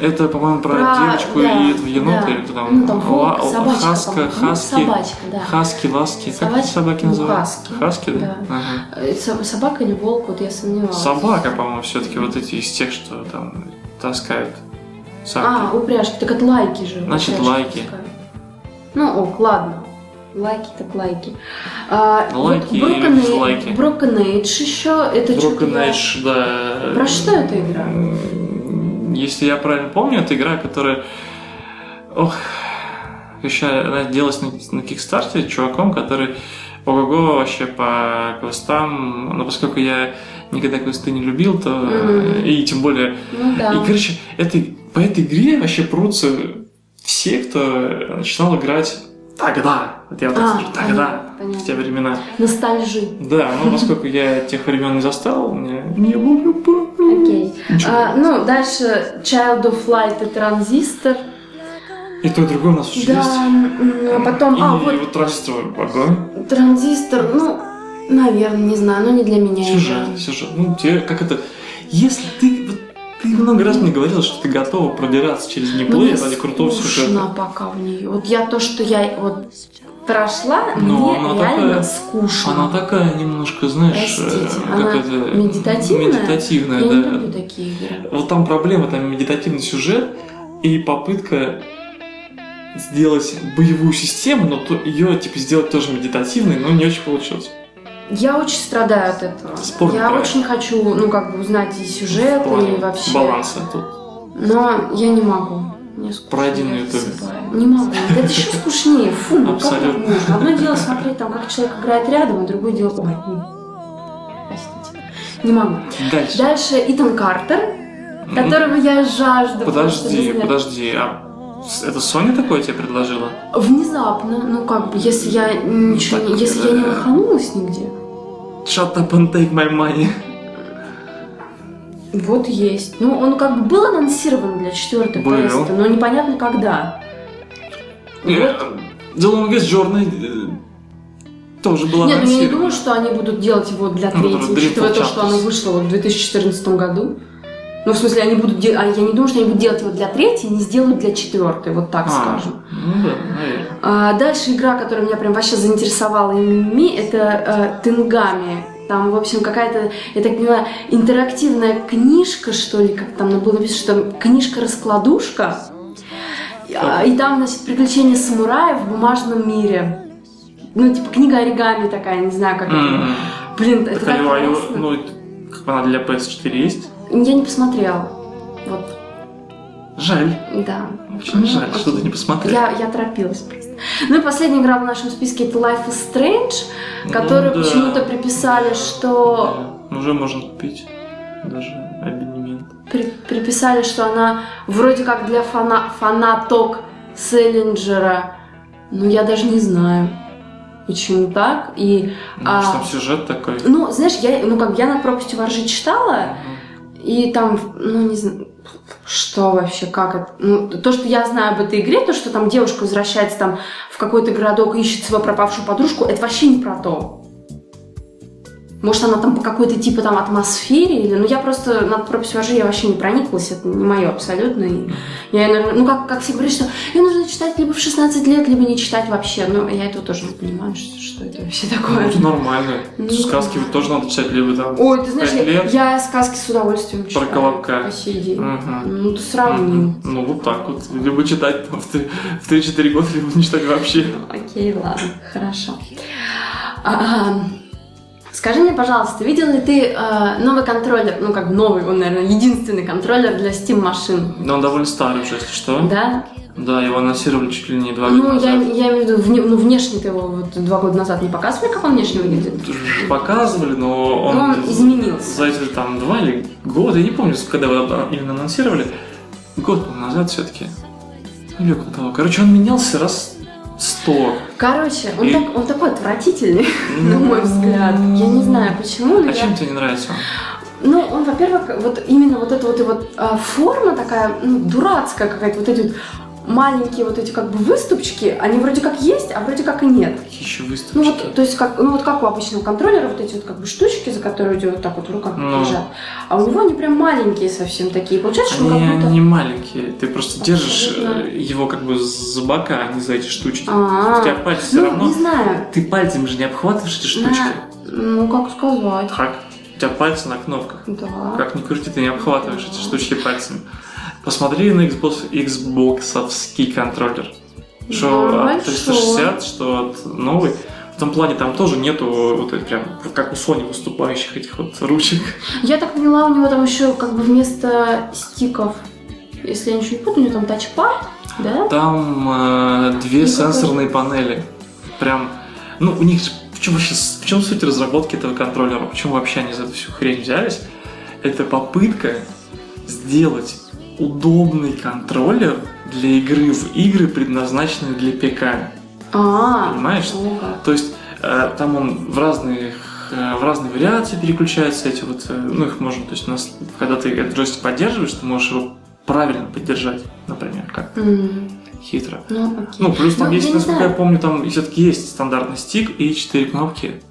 [SPEAKER 2] Это, по-моему, про,
[SPEAKER 1] Про-
[SPEAKER 2] девочку
[SPEAKER 1] да,
[SPEAKER 2] и этого енота,
[SPEAKER 1] да.
[SPEAKER 2] или кто там?
[SPEAKER 1] Ну, там
[SPEAKER 2] Ла-
[SPEAKER 1] волк, собачка,
[SPEAKER 2] хаска,
[SPEAKER 1] по-моему. Ну,
[SPEAKER 2] хаски,
[SPEAKER 1] собачка, да.
[SPEAKER 2] хаски, ласки. Как
[SPEAKER 1] Собачка,
[SPEAKER 2] эти собаки
[SPEAKER 1] ну,
[SPEAKER 2] называются?
[SPEAKER 1] хаски.
[SPEAKER 2] Хаски, да?
[SPEAKER 1] Да.
[SPEAKER 2] Ага.
[SPEAKER 1] Э, со- Собака или волк, вот я сомневалась.
[SPEAKER 2] Собака, по-моему, все-таки вот эти из тех, что там таскают. Сапки.
[SPEAKER 1] А, упряжки. Так это лайки же.
[SPEAKER 2] Значит,
[SPEAKER 1] упряжки
[SPEAKER 2] лайки.
[SPEAKER 1] пускают. Ну, ок, ладно. Лайки так лайки. А,
[SPEAKER 2] Ну, Лайки
[SPEAKER 1] вот Broken
[SPEAKER 2] или
[SPEAKER 1] Age-
[SPEAKER 2] дизлайки?
[SPEAKER 1] Broken Age еще. Это что-то
[SPEAKER 2] Broken
[SPEAKER 1] я-
[SPEAKER 2] Age, да.
[SPEAKER 1] Про что эта игра?
[SPEAKER 2] М, Если я правильно помню, это игра, которая... Ох, еще она делалась на, на Кикстарте чуваком, который ого-го вообще по квестам, но поскольку я никогда квесты не любил, то
[SPEAKER 1] Мгм.
[SPEAKER 2] и тем более...
[SPEAKER 1] Ну да.
[SPEAKER 2] И, короче, это, по этой игре вообще прутся все, кто начинал играть тогда. Вот я вот так
[SPEAKER 1] А,
[SPEAKER 2] скажу, тогда,
[SPEAKER 1] понятно, понятно.
[SPEAKER 2] в те времена.
[SPEAKER 1] Ностальжи.
[SPEAKER 2] Да, но поскольку я тех времен не застал, у меня не было бы.
[SPEAKER 1] Окей.
[SPEAKER 2] Ничего.
[SPEAKER 1] А, ну, дальше Child of Light и Транзистор.
[SPEAKER 2] И то, и другое у нас уже
[SPEAKER 1] Да.
[SPEAKER 2] есть.
[SPEAKER 1] м, А потом...
[SPEAKER 2] И
[SPEAKER 1] А, вот
[SPEAKER 2] вот транзистор, ага.
[SPEAKER 1] Транзистор, ну, наверное, не знаю, но не для меня. игра.
[SPEAKER 2] Сюжет, сюжет. Ну, тебе как это... Если ты... вот Ты много раз мне говорила, что ты готова продираться через
[SPEAKER 1] Мне
[SPEAKER 2] геймплей ради крутого сюжета.
[SPEAKER 1] скучно пока в нее. Вот я то, что я вот прошла,
[SPEAKER 2] Но
[SPEAKER 1] мне
[SPEAKER 2] она
[SPEAKER 1] реально
[SPEAKER 2] такая-
[SPEAKER 1] скучно.
[SPEAKER 2] Она такая немножко, знаешь, э,
[SPEAKER 1] Простите,
[SPEAKER 2] как
[SPEAKER 1] она
[SPEAKER 2] это...
[SPEAKER 1] медитативная?
[SPEAKER 2] Медитативная,
[SPEAKER 1] я не
[SPEAKER 2] да.
[SPEAKER 1] люблю такие игры.
[SPEAKER 2] Вот там проблема, там медитативный сюжет и попытка сделать боевую систему, но то, ее типа сделать тоже медитативной, но не очень получилось.
[SPEAKER 1] Я очень страдаю от этого.
[SPEAKER 2] Спорный
[SPEAKER 1] я
[SPEAKER 2] проект.
[SPEAKER 1] очень хочу, ну, как бы узнать и сюжет,
[SPEAKER 2] В плане
[SPEAKER 1] и вообще.
[SPEAKER 2] баланса тут.
[SPEAKER 1] Но я не могу. Мне скучно,
[SPEAKER 2] Про один
[SPEAKER 1] я
[SPEAKER 2] на Ютубе.
[SPEAKER 1] засыпаю. Не могу. Да это
[SPEAKER 2] (laughs)
[SPEAKER 1] еще скучнее. Фу, ну как так
[SPEAKER 2] Абсолютно.
[SPEAKER 1] можно? Одно дело смотреть, там, как человек играет рядом, а другое дело... Ой, не. простите. Не могу.
[SPEAKER 2] Дальше.
[SPEAKER 1] Дальше Итан Картер,
[SPEAKER 2] М,
[SPEAKER 1] которого я жажду. просто
[SPEAKER 2] Подожди,
[SPEAKER 1] не знаю.
[SPEAKER 2] подожди, а с- это Соня такое тебе предложила?
[SPEAKER 1] Внезапно, ну как бы, если я ничего не...
[SPEAKER 2] Так,
[SPEAKER 1] Если я не
[SPEAKER 2] э,
[SPEAKER 1] лоханулась нигде.
[SPEAKER 2] Shut up and take my money.
[SPEAKER 1] Вот есть. Ну, он как бы был анонсирован для четвертой
[SPEAKER 2] Был.
[SPEAKER 1] повестки, но непонятно когда. Вот.
[SPEAKER 2] Э, The Longest Journey э, тоже была
[SPEAKER 1] Нет, ну я не
[SPEAKER 2] анонсирована.
[SPEAKER 1] думаю, что они будут делать его для
[SPEAKER 2] Ну,
[SPEAKER 1] третьей,
[SPEAKER 2] который
[SPEAKER 1] учитывая то,
[SPEAKER 2] Dreadful
[SPEAKER 1] что оно
[SPEAKER 2] Chapters.
[SPEAKER 1] вышло вот в 2014 году. Ну, в смысле, они будут делать... я не думаю, что они будут делать его для третьей, не сделают для четвертой, вот так
[SPEAKER 2] А,
[SPEAKER 1] скажем.
[SPEAKER 2] ну да, наверное.
[SPEAKER 1] А, дальше игра, которая меня прям вообще заинтересовала ими, это э, Тенгами. Там, в общем, какая-то, я так понимаю, интерактивная книжка, что ли, как там было написано, что там книжка-раскладушка. И, а, И там, значит, приключения самурая в бумажном мире. Ну, типа книга оригами такая, не знаю, как это.
[SPEAKER 2] М,
[SPEAKER 1] Блин, а это
[SPEAKER 2] Так а
[SPEAKER 1] так
[SPEAKER 2] его- а его-
[SPEAKER 1] классно.
[SPEAKER 2] ну, это- как бы она для PS4 есть?
[SPEAKER 1] Я не посмотрела. Вот,
[SPEAKER 2] Жаль,
[SPEAKER 1] да.
[SPEAKER 2] очень
[SPEAKER 1] Ну,
[SPEAKER 2] жаль, что ты
[SPEAKER 1] окей.
[SPEAKER 2] не посмотрел.
[SPEAKER 1] Я, я торопилась просто. Ну и последняя игра в нашем списке это Life is Strange. которую
[SPEAKER 2] Ну да.
[SPEAKER 1] почему-то приписали, что
[SPEAKER 2] Да, Ну, Уже можно купить даже абонемент. Ну,
[SPEAKER 1] при- приписали, что она вроде как для фана- фанаток Селлинджера. Ну, я даже не знаю, почему так. И, А.
[SPEAKER 2] Потому что там сюжет такой.
[SPEAKER 1] ну, знаешь, я, ну, как я на пропасти воржи читала, и там, ну, не знаю, что вообще, как это. Ну, то, что я знаю об этой игре, то, что там девушка возвращается там в какой-то городок и ищет свою пропавшую подружку, это вообще не про то. Может, она там по какой-то типа там атмосфере или... Ну, я просто над прописью я вообще не прониклась, это не мое абсолютно. И я, наверное, ну, как, как все говорят, что ее нужно читать либо в 16 лет, либо не читать вообще. Ну, я этого тоже не понимаю, что, что это вообще
[SPEAKER 2] Ну,
[SPEAKER 1] такое.
[SPEAKER 2] это нормально.
[SPEAKER 1] Ну,
[SPEAKER 2] Сказки ведь тоже надо читать, либо там...
[SPEAKER 1] Ой, ты знаешь,
[SPEAKER 2] пять
[SPEAKER 1] я,
[SPEAKER 2] лет.
[SPEAKER 1] я сказки с удовольствием читаю.
[SPEAKER 2] колобка.
[SPEAKER 1] По сей день.
[SPEAKER 2] Мгм.
[SPEAKER 1] Ну, ты сравнил.
[SPEAKER 2] Мгм. Ну, вот так вот. Либо читать там в три- в 3-4 года, либо не читать вообще.
[SPEAKER 1] Окей, ладно, хорошо. А, скажи мне, пожалуйста, видел ли ты а, новый контроллер, ну как новый, он, наверное, единственный контроллер для Steam машин?
[SPEAKER 2] Но он довольно старый уже, если что.
[SPEAKER 1] Да?
[SPEAKER 2] Да, его анонсировали чуть ли не Ну, два года
[SPEAKER 1] Ну, я,
[SPEAKER 2] назад.
[SPEAKER 1] я имею в виду, вне- ну, внешне ты его вот два года назад не показывали, как он внешне выглядит?
[SPEAKER 2] Показывали, но он,
[SPEAKER 1] Но он изменился.
[SPEAKER 2] за эти там два или года, я не помню, когда его именно анонсировали, год по-моему, назад все-таки. Или около того. Короче, он менялся раз сто.
[SPEAKER 1] Короче, он,
[SPEAKER 2] И-
[SPEAKER 1] так, он такой отвратительный, (laughs) на мой взгляд. Я не знаю, почему, но
[SPEAKER 2] Ну, А
[SPEAKER 1] я-
[SPEAKER 2] чем тебе не нравится он?
[SPEAKER 1] Ну, он, во-первых, вот именно вот эта вот его а, форма такая, ну, дурацкая какая-то, вот эти вот маленькие вот эти как бы выступчики, они вроде как есть, а вроде как и нет.
[SPEAKER 2] Какие еще
[SPEAKER 1] Ну
[SPEAKER 2] выставочки?
[SPEAKER 1] вот, то есть как, ну вот как у обычного контроллера вот эти вот как бы штучки, за которые у него вот так вот в руках
[SPEAKER 2] Ну.
[SPEAKER 1] лежат, а у него они прям маленькие совсем такие. Получается, что он
[SPEAKER 2] Они,
[SPEAKER 1] как будто...
[SPEAKER 2] они не маленькие, ты просто держишь э,
[SPEAKER 1] Абсолютно.
[SPEAKER 2] его как бы за бока, а не за эти штучки.
[SPEAKER 1] А,
[SPEAKER 2] У тебя пальцы все
[SPEAKER 1] ну, не
[SPEAKER 2] равно...
[SPEAKER 1] знаю.
[SPEAKER 2] Ты пальцем же не обхватываешь эти штучки.
[SPEAKER 1] Да. Ну, как сказать.
[SPEAKER 2] Так, у тебя пальцы на кнопках.
[SPEAKER 1] Да.
[SPEAKER 2] Как ни крути, ты не обхватываешь эти штучки пальцами. Посмотри на Xbox, Xbox'овский контроллер. Что
[SPEAKER 1] Да, ну
[SPEAKER 2] от
[SPEAKER 1] большой.
[SPEAKER 2] 360, что от новый. В том плане там тоже нету вот этих прям, как у Sony выступающих этих вот ручек.
[SPEAKER 1] Я так поняла, у него там еще как бы вместо стиков, если я ничего не путаю, у него там тачпад, да?
[SPEAKER 2] Там э, две
[SPEAKER 1] И
[SPEAKER 2] сенсорные панели. Прям, ну, у них же- в чем вообще, с- в чем суть разработки этого контроллера? Почему вообще они за эту всю хрень взялись? Это попытка сделать удобный контроллер для игры в игры, предназначенные для ПК.
[SPEAKER 1] А,
[SPEAKER 2] Понимаешь?
[SPEAKER 1] ну как.
[SPEAKER 2] То есть э, там он в разных э, в разные вариации переключаются эти вот, э, ну их можно, то есть у нас, когда ты этот джойстик поддерживаешь, ты можешь его правильно поддержать, например, как
[SPEAKER 1] М,
[SPEAKER 2] хитро.
[SPEAKER 1] Ну, окей.
[SPEAKER 2] Ну, плюс там
[SPEAKER 1] Ну, я
[SPEAKER 2] есть,
[SPEAKER 1] не
[SPEAKER 2] насколько я
[SPEAKER 1] знаю.
[SPEAKER 2] помню, там все-таки есть стандартный стик и четыре кнопки.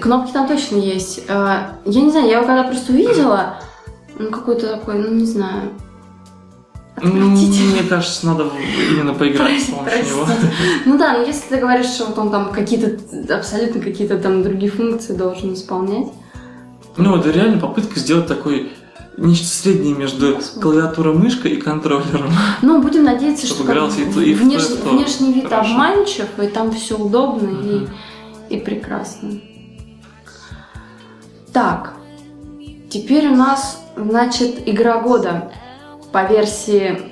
[SPEAKER 1] Кнопки там точно есть. Э, Я не знаю, я его когда просто увидела, ну, какой-то такой, ну, не знаю,
[SPEAKER 2] Ну,
[SPEAKER 1] отвратительный.
[SPEAKER 2] мне кажется, надо в- именно поиграть с
[SPEAKER 1] Прости,
[SPEAKER 2] помощью
[SPEAKER 1] прости.
[SPEAKER 2] него.
[SPEAKER 1] Ну да, но если ты говоришь, что вот он там какие-то, абсолютно какие-то там другие функции должен исполнять.
[SPEAKER 2] Ну, это реально попытка сделать такой нечто среднее между
[SPEAKER 1] Посмотрим.
[SPEAKER 2] клавиатурой мышкой и контроллером.
[SPEAKER 1] Ну, будем надеяться, что
[SPEAKER 2] Чтобы
[SPEAKER 1] как
[SPEAKER 2] игрался и
[SPEAKER 1] бы
[SPEAKER 2] то, и в то, и в
[SPEAKER 1] внеш-
[SPEAKER 2] то.
[SPEAKER 1] внешний вид
[SPEAKER 2] Хорошо.
[SPEAKER 1] обманчив, и там все удобно
[SPEAKER 2] Мгм.
[SPEAKER 1] и, и прекрасно. Так, теперь у нас, значит, игра года по версии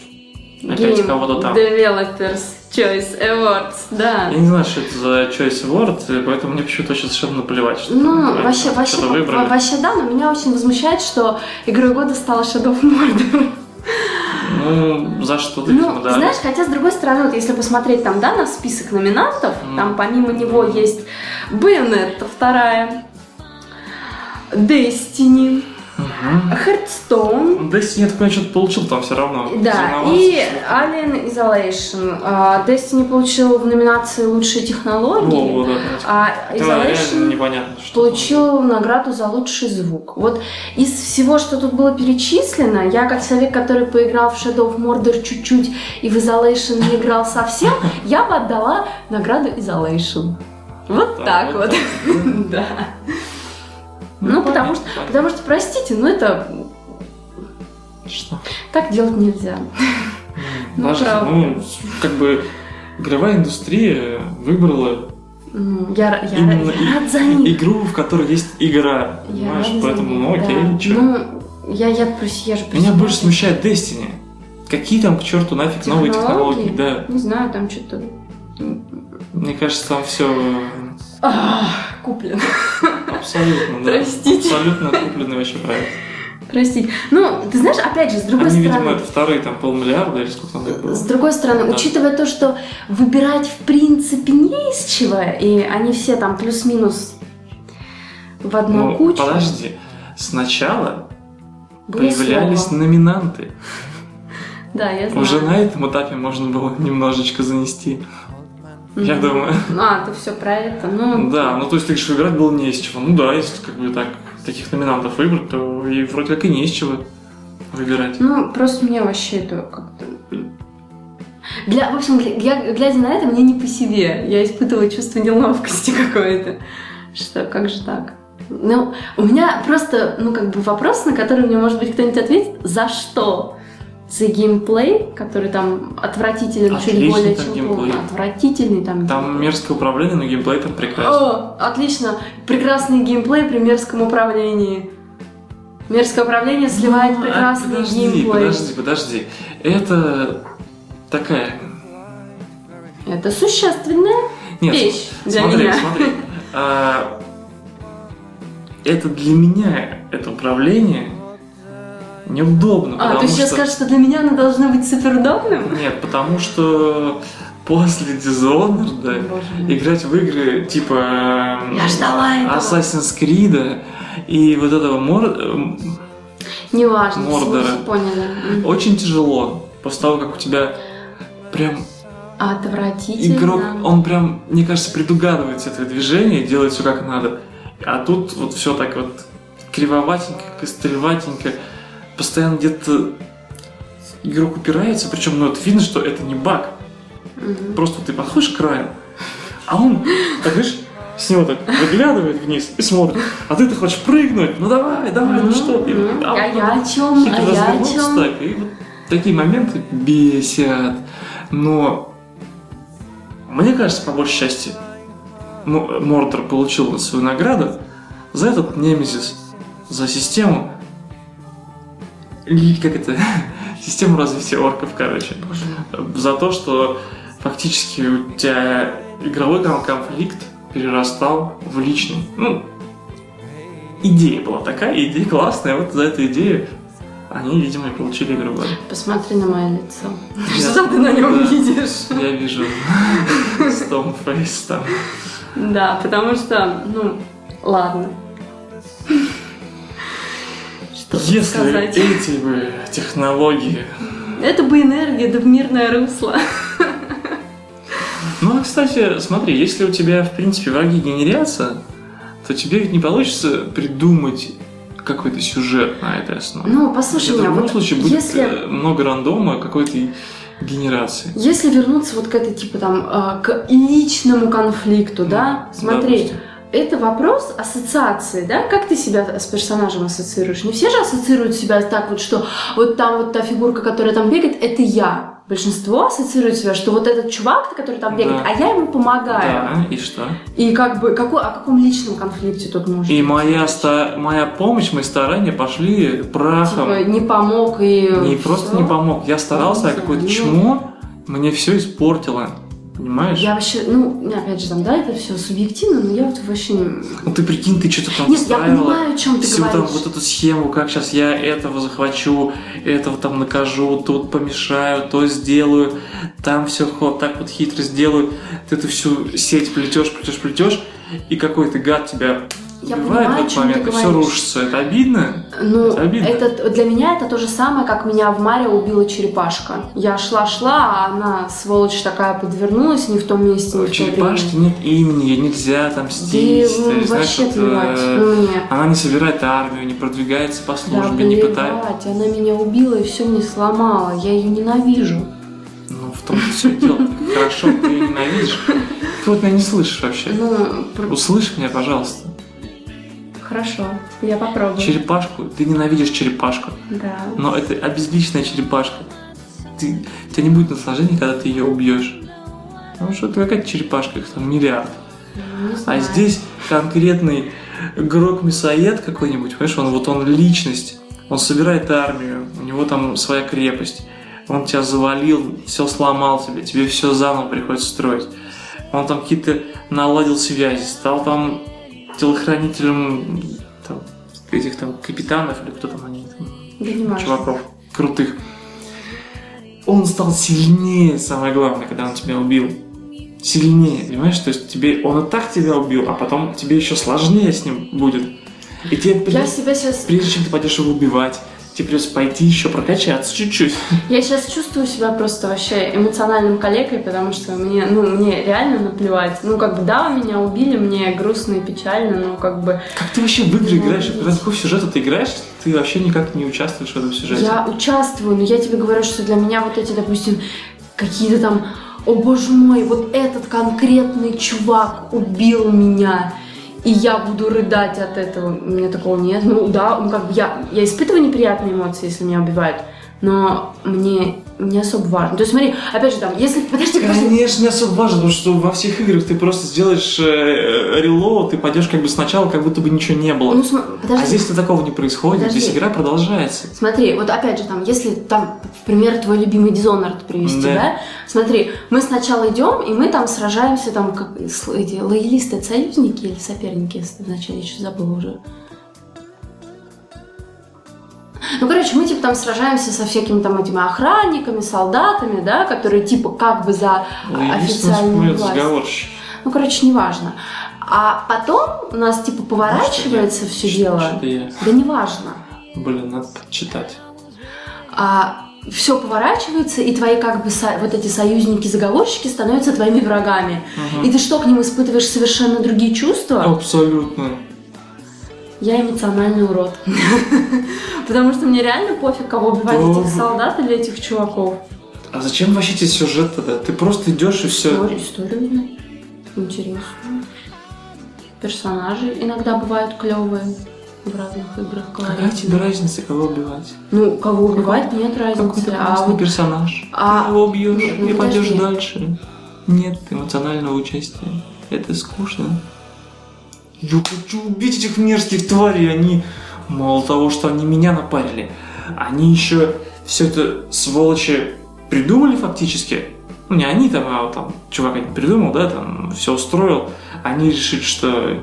[SPEAKER 2] Опять
[SPEAKER 1] Game
[SPEAKER 2] кого-то там.
[SPEAKER 1] Developers Choice Awards, да.
[SPEAKER 2] Я не знаю, что это за choice award, и поэтому мне почему-то сейчас совершенно наплевать, что там
[SPEAKER 1] Ну,
[SPEAKER 2] бывает.
[SPEAKER 1] вообще, вообще,
[SPEAKER 2] Что-то
[SPEAKER 1] во-
[SPEAKER 2] выбрали.
[SPEAKER 1] вообще, да, но меня очень возмущает, что игрой года стала Shadow of Mordor.
[SPEAKER 2] Ну, за что-то, видимо,
[SPEAKER 1] Ну,
[SPEAKER 2] да.
[SPEAKER 1] знаешь, хотя, с другой стороны, вот если посмотреть там, да, на список номинантов,
[SPEAKER 2] Мгм.
[SPEAKER 1] там помимо него есть Bayonetta вторая, Destiny,
[SPEAKER 2] Мгм.
[SPEAKER 1] Hearthstone,
[SPEAKER 2] Да если я такое что-то получил, там все равно.
[SPEAKER 1] Да,
[SPEAKER 2] соревновался,
[SPEAKER 1] и
[SPEAKER 2] всё.
[SPEAKER 1] Alien Isolation. А, Destiny получил в номинации «Лучшие технологии»,
[SPEAKER 2] Во, во, да.
[SPEAKER 1] а
[SPEAKER 2] Это реально
[SPEAKER 1] Isolation
[SPEAKER 2] непонятно, что
[SPEAKER 1] получил награду за лучший звук. Вот из всего, что тут было перечислено, я как человек, который поиграл в Shadow of Mordor чуть-чуть и в Isolation не играл
[SPEAKER 2] (laughs)
[SPEAKER 1] совсем, я бы отдала награду Isolation. Вот
[SPEAKER 2] там.
[SPEAKER 1] так вот. (laughs) Да. Ну, потому
[SPEAKER 2] понятно, понятно.
[SPEAKER 1] Потому что, простите, но это
[SPEAKER 2] Что?
[SPEAKER 1] так делать нельзя. Ну,
[SPEAKER 2] Даже,
[SPEAKER 1] правда.
[SPEAKER 2] ну, как бы игровая индустрия выбрала
[SPEAKER 1] Ну, Я, я,
[SPEAKER 2] Именно
[SPEAKER 1] я рад за них.
[SPEAKER 2] игру, в которой есть игра.
[SPEAKER 1] Я
[SPEAKER 2] Понимаешь,
[SPEAKER 1] рада за
[SPEAKER 2] поэтому,
[SPEAKER 1] них,
[SPEAKER 2] ну окей,
[SPEAKER 1] да.
[SPEAKER 2] чё.
[SPEAKER 1] Ну, я, я, прос- я же
[SPEAKER 2] Меня
[SPEAKER 1] просила.
[SPEAKER 2] больше смущает Destiny. Какие там к черту нафиг новые
[SPEAKER 1] Технологии?
[SPEAKER 2] технологии? Да.
[SPEAKER 1] Не знаю, там что-то...
[SPEAKER 2] Мне кажется, там все
[SPEAKER 1] Куплен.
[SPEAKER 2] абсолютно, да.
[SPEAKER 1] Простите.
[SPEAKER 2] Абсолютно купленный вообще проект.
[SPEAKER 1] Простите. Ну, ты знаешь, опять же, с другой
[SPEAKER 2] Они, видимо,
[SPEAKER 1] стороны...
[SPEAKER 2] это вторые там полмиллиарда или сколько там так было.
[SPEAKER 1] С другой стороны,
[SPEAKER 2] Да.
[SPEAKER 1] учитывая то, что выбирать в принципе не из чего, и они все там плюс-минус в одну
[SPEAKER 2] Ну,
[SPEAKER 1] кучу,
[SPEAKER 2] подожди. Сначала
[SPEAKER 1] было
[SPEAKER 2] появлялись
[SPEAKER 1] слово.
[SPEAKER 2] номинанты.
[SPEAKER 1] Да, я знаю.
[SPEAKER 2] Уже на этом этапе можно было немножечко занести. Я
[SPEAKER 1] Мгм.
[SPEAKER 2] думаю. (laughs)
[SPEAKER 1] А, ты все про это. Ну,
[SPEAKER 2] Да, ну то есть ты говоришь, выбирать было не из чего. Ну да, если как бы так таких номинантов выбрать, то и вроде как и не из чего выбирать.
[SPEAKER 1] Ну, просто мне вообще это как-то... Для, в общем, гля- гля- глядя на это, мне не по себе. Я испытываю чувство неловкости (laughs) какое-то. Что, как же так? Ну, у меня просто, ну, как бы вопрос, на который мне, может быть, кто-нибудь ответит. За что? За геймплей, который там отвратительный, чуть
[SPEAKER 2] Отличный
[SPEAKER 1] более
[SPEAKER 2] там
[SPEAKER 1] чем
[SPEAKER 2] геймплей.
[SPEAKER 1] плохо. Отвратительный там.
[SPEAKER 2] Там
[SPEAKER 1] геймплей.
[SPEAKER 2] мерзкое управление, но геймплей там прекрасно.
[SPEAKER 1] О, отлично. Прекрасный геймплей при мерзком управлении. Мерзкое управление сливает
[SPEAKER 2] Ну, а
[SPEAKER 1] прекрасный
[SPEAKER 2] подожди,
[SPEAKER 1] геймплей.
[SPEAKER 2] Подожди, подожди. Это такая...
[SPEAKER 1] Это существенная
[SPEAKER 2] Нет,
[SPEAKER 1] вещь для
[SPEAKER 2] смотри,
[SPEAKER 1] меня. (laughs)
[SPEAKER 2] смотри. А, это для меня, это управление неудобно,
[SPEAKER 1] А, ты
[SPEAKER 2] потому
[SPEAKER 1] сейчас
[SPEAKER 2] что...
[SPEAKER 1] скажешь, что для меня она должна быть суперудобным?
[SPEAKER 2] Нет, потому что после Dishonored
[SPEAKER 1] Боже мой.
[SPEAKER 2] играть в игры типа эм,
[SPEAKER 1] Я ждала этого.
[SPEAKER 2] Assassin's Creed и вот этого мор... эм,
[SPEAKER 1] Неважно,
[SPEAKER 2] Мордора.
[SPEAKER 1] слушай, поняли. М.
[SPEAKER 2] очень тяжело после того, как у тебя прям
[SPEAKER 1] Отвратительно.
[SPEAKER 2] игрок, он прям, мне кажется, предугадывает все твои движения и делает все как надо. А тут вот все так вот кривоватенько, костреватенько, постоянно где-то игрок упирается, причем ну, вот видно, что это не баг,
[SPEAKER 1] Мгм.
[SPEAKER 2] Просто ты подходишь к краю, а он, так видишь, с него так выглядывает вниз и смотрит. А ты-то хочешь прыгнуть, ну давай, давай, ну что ты.
[SPEAKER 1] Мгм.
[SPEAKER 2] А
[SPEAKER 1] А
[SPEAKER 2] он
[SPEAKER 1] я о чем?
[SPEAKER 2] хитро
[SPEAKER 1] А я о
[SPEAKER 2] развернулся
[SPEAKER 1] чем?
[SPEAKER 2] так, и вот такие моменты бесят. Но мне кажется, по большей части, Мо- Мордор получил свою награду за этот немезис, за систему, Ли- как это, (laughs) систему развития орков, короче
[SPEAKER 1] Боже мой.
[SPEAKER 2] за то, что фактически у тебя игровой кон- конфликт перерастал в личный. Ну, идея была такая, идея классная, вот за эту идею они, видимо, и получили игру года.
[SPEAKER 1] Посмотри на мое лицо.
[SPEAKER 2] Я-
[SPEAKER 1] Что ты на нем
[SPEAKER 2] Да.
[SPEAKER 1] видишь?
[SPEAKER 2] Я вижу
[SPEAKER 1] (laughs)
[SPEAKER 2] Стомфейс там.
[SPEAKER 1] Да, потому что, ну, ладно. Что тут
[SPEAKER 2] Если
[SPEAKER 1] сказать?
[SPEAKER 2] эти бы технологии...
[SPEAKER 1] Это бы энергия, да в мирное русло.
[SPEAKER 2] Ну, а, кстати, смотри, если у тебя, в принципе, враги генерятся, то тебе ведь не получится придумать какой-то сюжет на этой основе.
[SPEAKER 1] Ну, послушай
[SPEAKER 2] Это в
[SPEAKER 1] меня,
[SPEAKER 2] любом
[SPEAKER 1] вот
[SPEAKER 2] случае будет
[SPEAKER 1] если...
[SPEAKER 2] э, много рандома какой-то и- генерации.
[SPEAKER 1] Если вернуться вот к этой, типа там, э, к личному конфликту, Ну
[SPEAKER 2] Ну,
[SPEAKER 1] да, смотри,
[SPEAKER 2] допустим.
[SPEAKER 1] это вопрос ассоциации, да, как ты себя с персонажем ассоциируешь? Не все же ассоциируют себя так вот, что вот там вот та фигурка, которая там бегает, это я. большинство ассоциирует себя, что вот этот чувак, который там бегает,
[SPEAKER 2] Да.
[SPEAKER 1] а я ему помогаю.
[SPEAKER 2] Да, и что?
[SPEAKER 1] И как бы какой, о каком личном конфликте тут может
[SPEAKER 2] И
[SPEAKER 1] быть
[SPEAKER 2] моя,
[SPEAKER 1] речь?
[SPEAKER 2] ста- моя помощь, мои старания пошли прахом.
[SPEAKER 1] Типа, не помог и...
[SPEAKER 2] Не просто
[SPEAKER 1] Типа, всё.
[SPEAKER 2] не помог. Я старался, а какое-то
[SPEAKER 1] Нет.
[SPEAKER 2] чмо мне все испортило. Понимаешь?
[SPEAKER 1] Я вообще, ну, опять же, там, да, это все субъективно, но я вот вообще... не-
[SPEAKER 2] Ну ты прикинь, ты что-то там
[SPEAKER 1] Нет, я
[SPEAKER 2] вставила.
[SPEAKER 1] понимаю, о чем ты
[SPEAKER 2] всю там
[SPEAKER 1] говоришь.
[SPEAKER 2] вот эту схему, как сейчас я этого захвачу, этого там накажу, тут помешаю, то сделаю, там все ход, так вот хитро сделаю, ты эту всю сеть плетешь, плетешь, плетешь, и какой-то гад тебя
[SPEAKER 1] Я
[SPEAKER 2] убивает
[SPEAKER 1] понимаю,
[SPEAKER 2] в
[SPEAKER 1] о
[SPEAKER 2] этот
[SPEAKER 1] чем ты
[SPEAKER 2] момент, и все
[SPEAKER 1] говоришь.
[SPEAKER 2] рушится. Это обидно?
[SPEAKER 1] Ну,
[SPEAKER 2] Это обидно.
[SPEAKER 1] это для меня это то же самое, как меня в Маре убила черепашка. Я шла-шла, а она, сволочь такая, подвернулась не в том месте, не в
[SPEAKER 2] У
[SPEAKER 1] том
[SPEAKER 2] черепашки
[SPEAKER 1] времени.
[SPEAKER 2] нет имени, ей нельзя
[SPEAKER 1] а Да
[SPEAKER 2] там мстить.
[SPEAKER 1] ему
[SPEAKER 2] ты знаешь,
[SPEAKER 1] вообще
[SPEAKER 2] вот,
[SPEAKER 1] плевать.
[SPEAKER 2] э,
[SPEAKER 1] Ну, мне.
[SPEAKER 2] Она не собирает армию, не продвигается по
[SPEAKER 1] Да,
[SPEAKER 2] службе, не пытается.
[SPEAKER 1] плевать, она меня убила и все мне сломала. Я ее ненавижу.
[SPEAKER 2] Ну, в том-то все дело. Хорошо, ты ее ненавидишь. Ты вот меня не слышишь вообще.
[SPEAKER 1] Ну, пр-
[SPEAKER 2] Услышь меня, пожалуйста.
[SPEAKER 1] хорошо, я попробую.
[SPEAKER 2] Черепашку, ты ненавидишь черепашку,
[SPEAKER 1] Да.
[SPEAKER 2] но это обезличная черепашка. Ты, у тебя не будет наслаждения, когда ты ее убьешь. Потому что это какая-то черепашка, их там миллиард.
[SPEAKER 1] Ну, не
[SPEAKER 2] А
[SPEAKER 1] знаю.
[SPEAKER 2] здесь конкретный игрок мясоед какой-нибудь, понимаешь, он вот он личность, он собирает армию, у него там своя крепость, он тебя завалил, все сломал тебе, тебе все заново приходится строить. Он там какие-то наладил связи, стал там телохранителем там, этих там капитанов или кто там они, там,
[SPEAKER 1] Да не важно.
[SPEAKER 2] чуваков крутых. Он стал сильнее, самое главное, когда он тебя убил. Сильнее, понимаешь? То есть тебе он и так тебя убил, а потом тебе еще сложнее с ним будет. И тебе
[SPEAKER 1] Я
[SPEAKER 2] придется,
[SPEAKER 1] себя сейчас,
[SPEAKER 2] прежде чем ты пойдешь его убивать, тебе придется пойти еще прокачаться чуть-чуть.
[SPEAKER 1] я сейчас чувствую себя просто вообще эмоциональным коллегой, потому что мне, ну, мне реально наплевать. Ну, как бы, да, меня убили, мне грустно и печально, но как бы
[SPEAKER 2] Как ты вообще в игры
[SPEAKER 1] Ну,
[SPEAKER 2] играешь?
[SPEAKER 1] видите.
[SPEAKER 2] Когда такой сюжет а ты играешь, ты вообще никак не участвуешь в этом сюжете.
[SPEAKER 1] я участвую, но я тебе говорю, что для меня вот эти, допустим, какие-то там, о боже мой, вот этот конкретный чувак убил меня, и я буду рыдать от этого. У меня такого нет. Ну, да, ну, как бы я, я испытываю неприятные эмоции, если меня убивают, но мне не особо важно. То есть, смотри, опять же, там, если... Подожди, подожди.
[SPEAKER 2] Конечно, не особо важно, потому что во всех играх ты просто сделаешь э, релоад и пойдешь как бы сначала, как будто бы ничего не было.
[SPEAKER 1] Ну, см- подожди.
[SPEAKER 2] А здесь-то такого не происходит,
[SPEAKER 1] Подожди.
[SPEAKER 2] здесь игра продолжается.
[SPEAKER 1] Смотри, вот опять же, там, если там, в пример, твой любимый Dishonored привести,
[SPEAKER 2] Да.
[SPEAKER 1] да. Смотри, мы сначала идем, и мы там сражаемся, там, как с- эти лоялисты, это союзники или соперники, если вначале еще забыла уже. Ну, короче, мы типа там сражаемся со всякими там этими охранниками, солдатами, да, которые типа как бы за
[SPEAKER 2] Ну,
[SPEAKER 1] официальную
[SPEAKER 2] Официальный
[SPEAKER 1] власть.
[SPEAKER 2] разговорщик.
[SPEAKER 1] Ну, короче, неважно. А потом у нас типа поворачивается все дело.
[SPEAKER 2] Что-то я,
[SPEAKER 1] Да неважно.
[SPEAKER 2] блин, надо читать.
[SPEAKER 1] а все поворачивается, и твои как бы со- вот эти союзники-заговорщики становятся твоими врагами. И ты что, к ним испытываешь совершенно другие чувства?
[SPEAKER 2] Ну. Абсолютно.
[SPEAKER 1] Я эмоциональный урод. (laughs) Потому что мне реально пофиг, кого убивать,
[SPEAKER 2] Да.
[SPEAKER 1] этих солдат или этих чуваков.
[SPEAKER 2] А зачем вообще тебе сюжет тогда? Ты просто идешь и все.
[SPEAKER 1] Историю, историю узнать. интересную. Персонажи иногда бывают клевые в разных играх.
[SPEAKER 2] Какая
[SPEAKER 1] колоритные.
[SPEAKER 2] тебе разница, кого убивать?
[SPEAKER 1] Ну, кого убивать, нет разницы.
[SPEAKER 2] Какой-то
[SPEAKER 1] А
[SPEAKER 2] классный
[SPEAKER 1] вот
[SPEAKER 2] персонаж.
[SPEAKER 1] а-
[SPEAKER 2] Ты его бьешь
[SPEAKER 1] Нет, ну
[SPEAKER 2] и пойдешь
[SPEAKER 1] подожди.
[SPEAKER 2] дальше. Нет эмоционального участия. Это скучно. Я хочу убить этих мерзких тварей. Они мало того, что они меня напарили, они еще все это сволочи придумали фактически. Ну, не они там, а вот там чувак один придумал, да, там все устроил. Они решили, что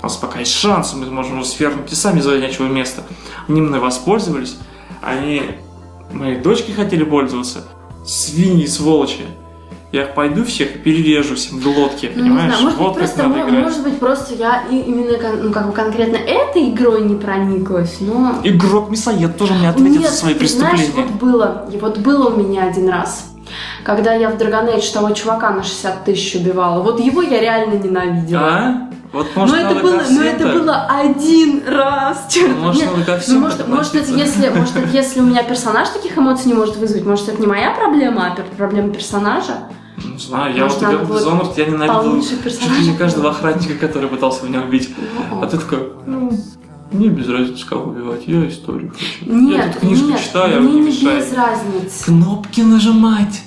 [SPEAKER 2] у нас пока есть шанс, мы сможем его свергнуть и сами занять его место. Они мной воспользовались. Они моей дочке хотели пользоваться. Свиньи, сволочи. Я их пойду всех и перережу всем глотки,
[SPEAKER 1] Ну,
[SPEAKER 2] понимаешь?
[SPEAKER 1] не знаю, может
[SPEAKER 2] вот
[SPEAKER 1] быть,
[SPEAKER 2] как
[SPEAKER 1] просто,
[SPEAKER 2] надо
[SPEAKER 1] мо-
[SPEAKER 2] играть.
[SPEAKER 1] может быть, просто я и- именно кон- ну, как бы конкретно этой игрой не прониклась, но...
[SPEAKER 2] Игрок мясоед тоже мне ответит
[SPEAKER 1] Нет,
[SPEAKER 2] за свои
[SPEAKER 1] ты знаешь,
[SPEAKER 2] преступления.
[SPEAKER 1] вот было, и вот было у меня один раз, когда я в Dragon Age того чувака на 60 тысяч убивала. Вот его я реально ненавидела.
[SPEAKER 2] А? Вот
[SPEAKER 1] но
[SPEAKER 2] может
[SPEAKER 1] это
[SPEAKER 2] надо
[SPEAKER 1] было,
[SPEAKER 2] ко всем
[SPEAKER 1] но это
[SPEAKER 2] так?
[SPEAKER 1] было один раз. (laughs) Черт,
[SPEAKER 2] Может,
[SPEAKER 1] нет.
[SPEAKER 2] надо ко всем
[SPEAKER 1] Ну, может,
[SPEAKER 2] так
[SPEAKER 1] может, это
[SPEAKER 2] относиться?
[SPEAKER 1] если, может, это если у меня персонаж таких эмоций не может вызвать, может, это не моя проблема, а пер- проблема персонажа.
[SPEAKER 2] Не знаю, я
[SPEAKER 1] Может,
[SPEAKER 2] вот играл
[SPEAKER 1] надо
[SPEAKER 2] в
[SPEAKER 1] было
[SPEAKER 2] Dishonored, я ненавидел
[SPEAKER 1] получше
[SPEAKER 2] чуть ли
[SPEAKER 1] персонажа
[SPEAKER 2] не каждого охранника, который пытался меня убить.
[SPEAKER 1] Ну,
[SPEAKER 2] А ты такой, А ну, Мне без разницы, кого убивать, я историю хочу. я
[SPEAKER 1] Нет,
[SPEAKER 2] тут книжку
[SPEAKER 1] нет,
[SPEAKER 2] читаю, а
[SPEAKER 1] мне
[SPEAKER 2] мне
[SPEAKER 1] не без
[SPEAKER 2] мешает.
[SPEAKER 1] разницы.
[SPEAKER 2] Кнопки нажимать!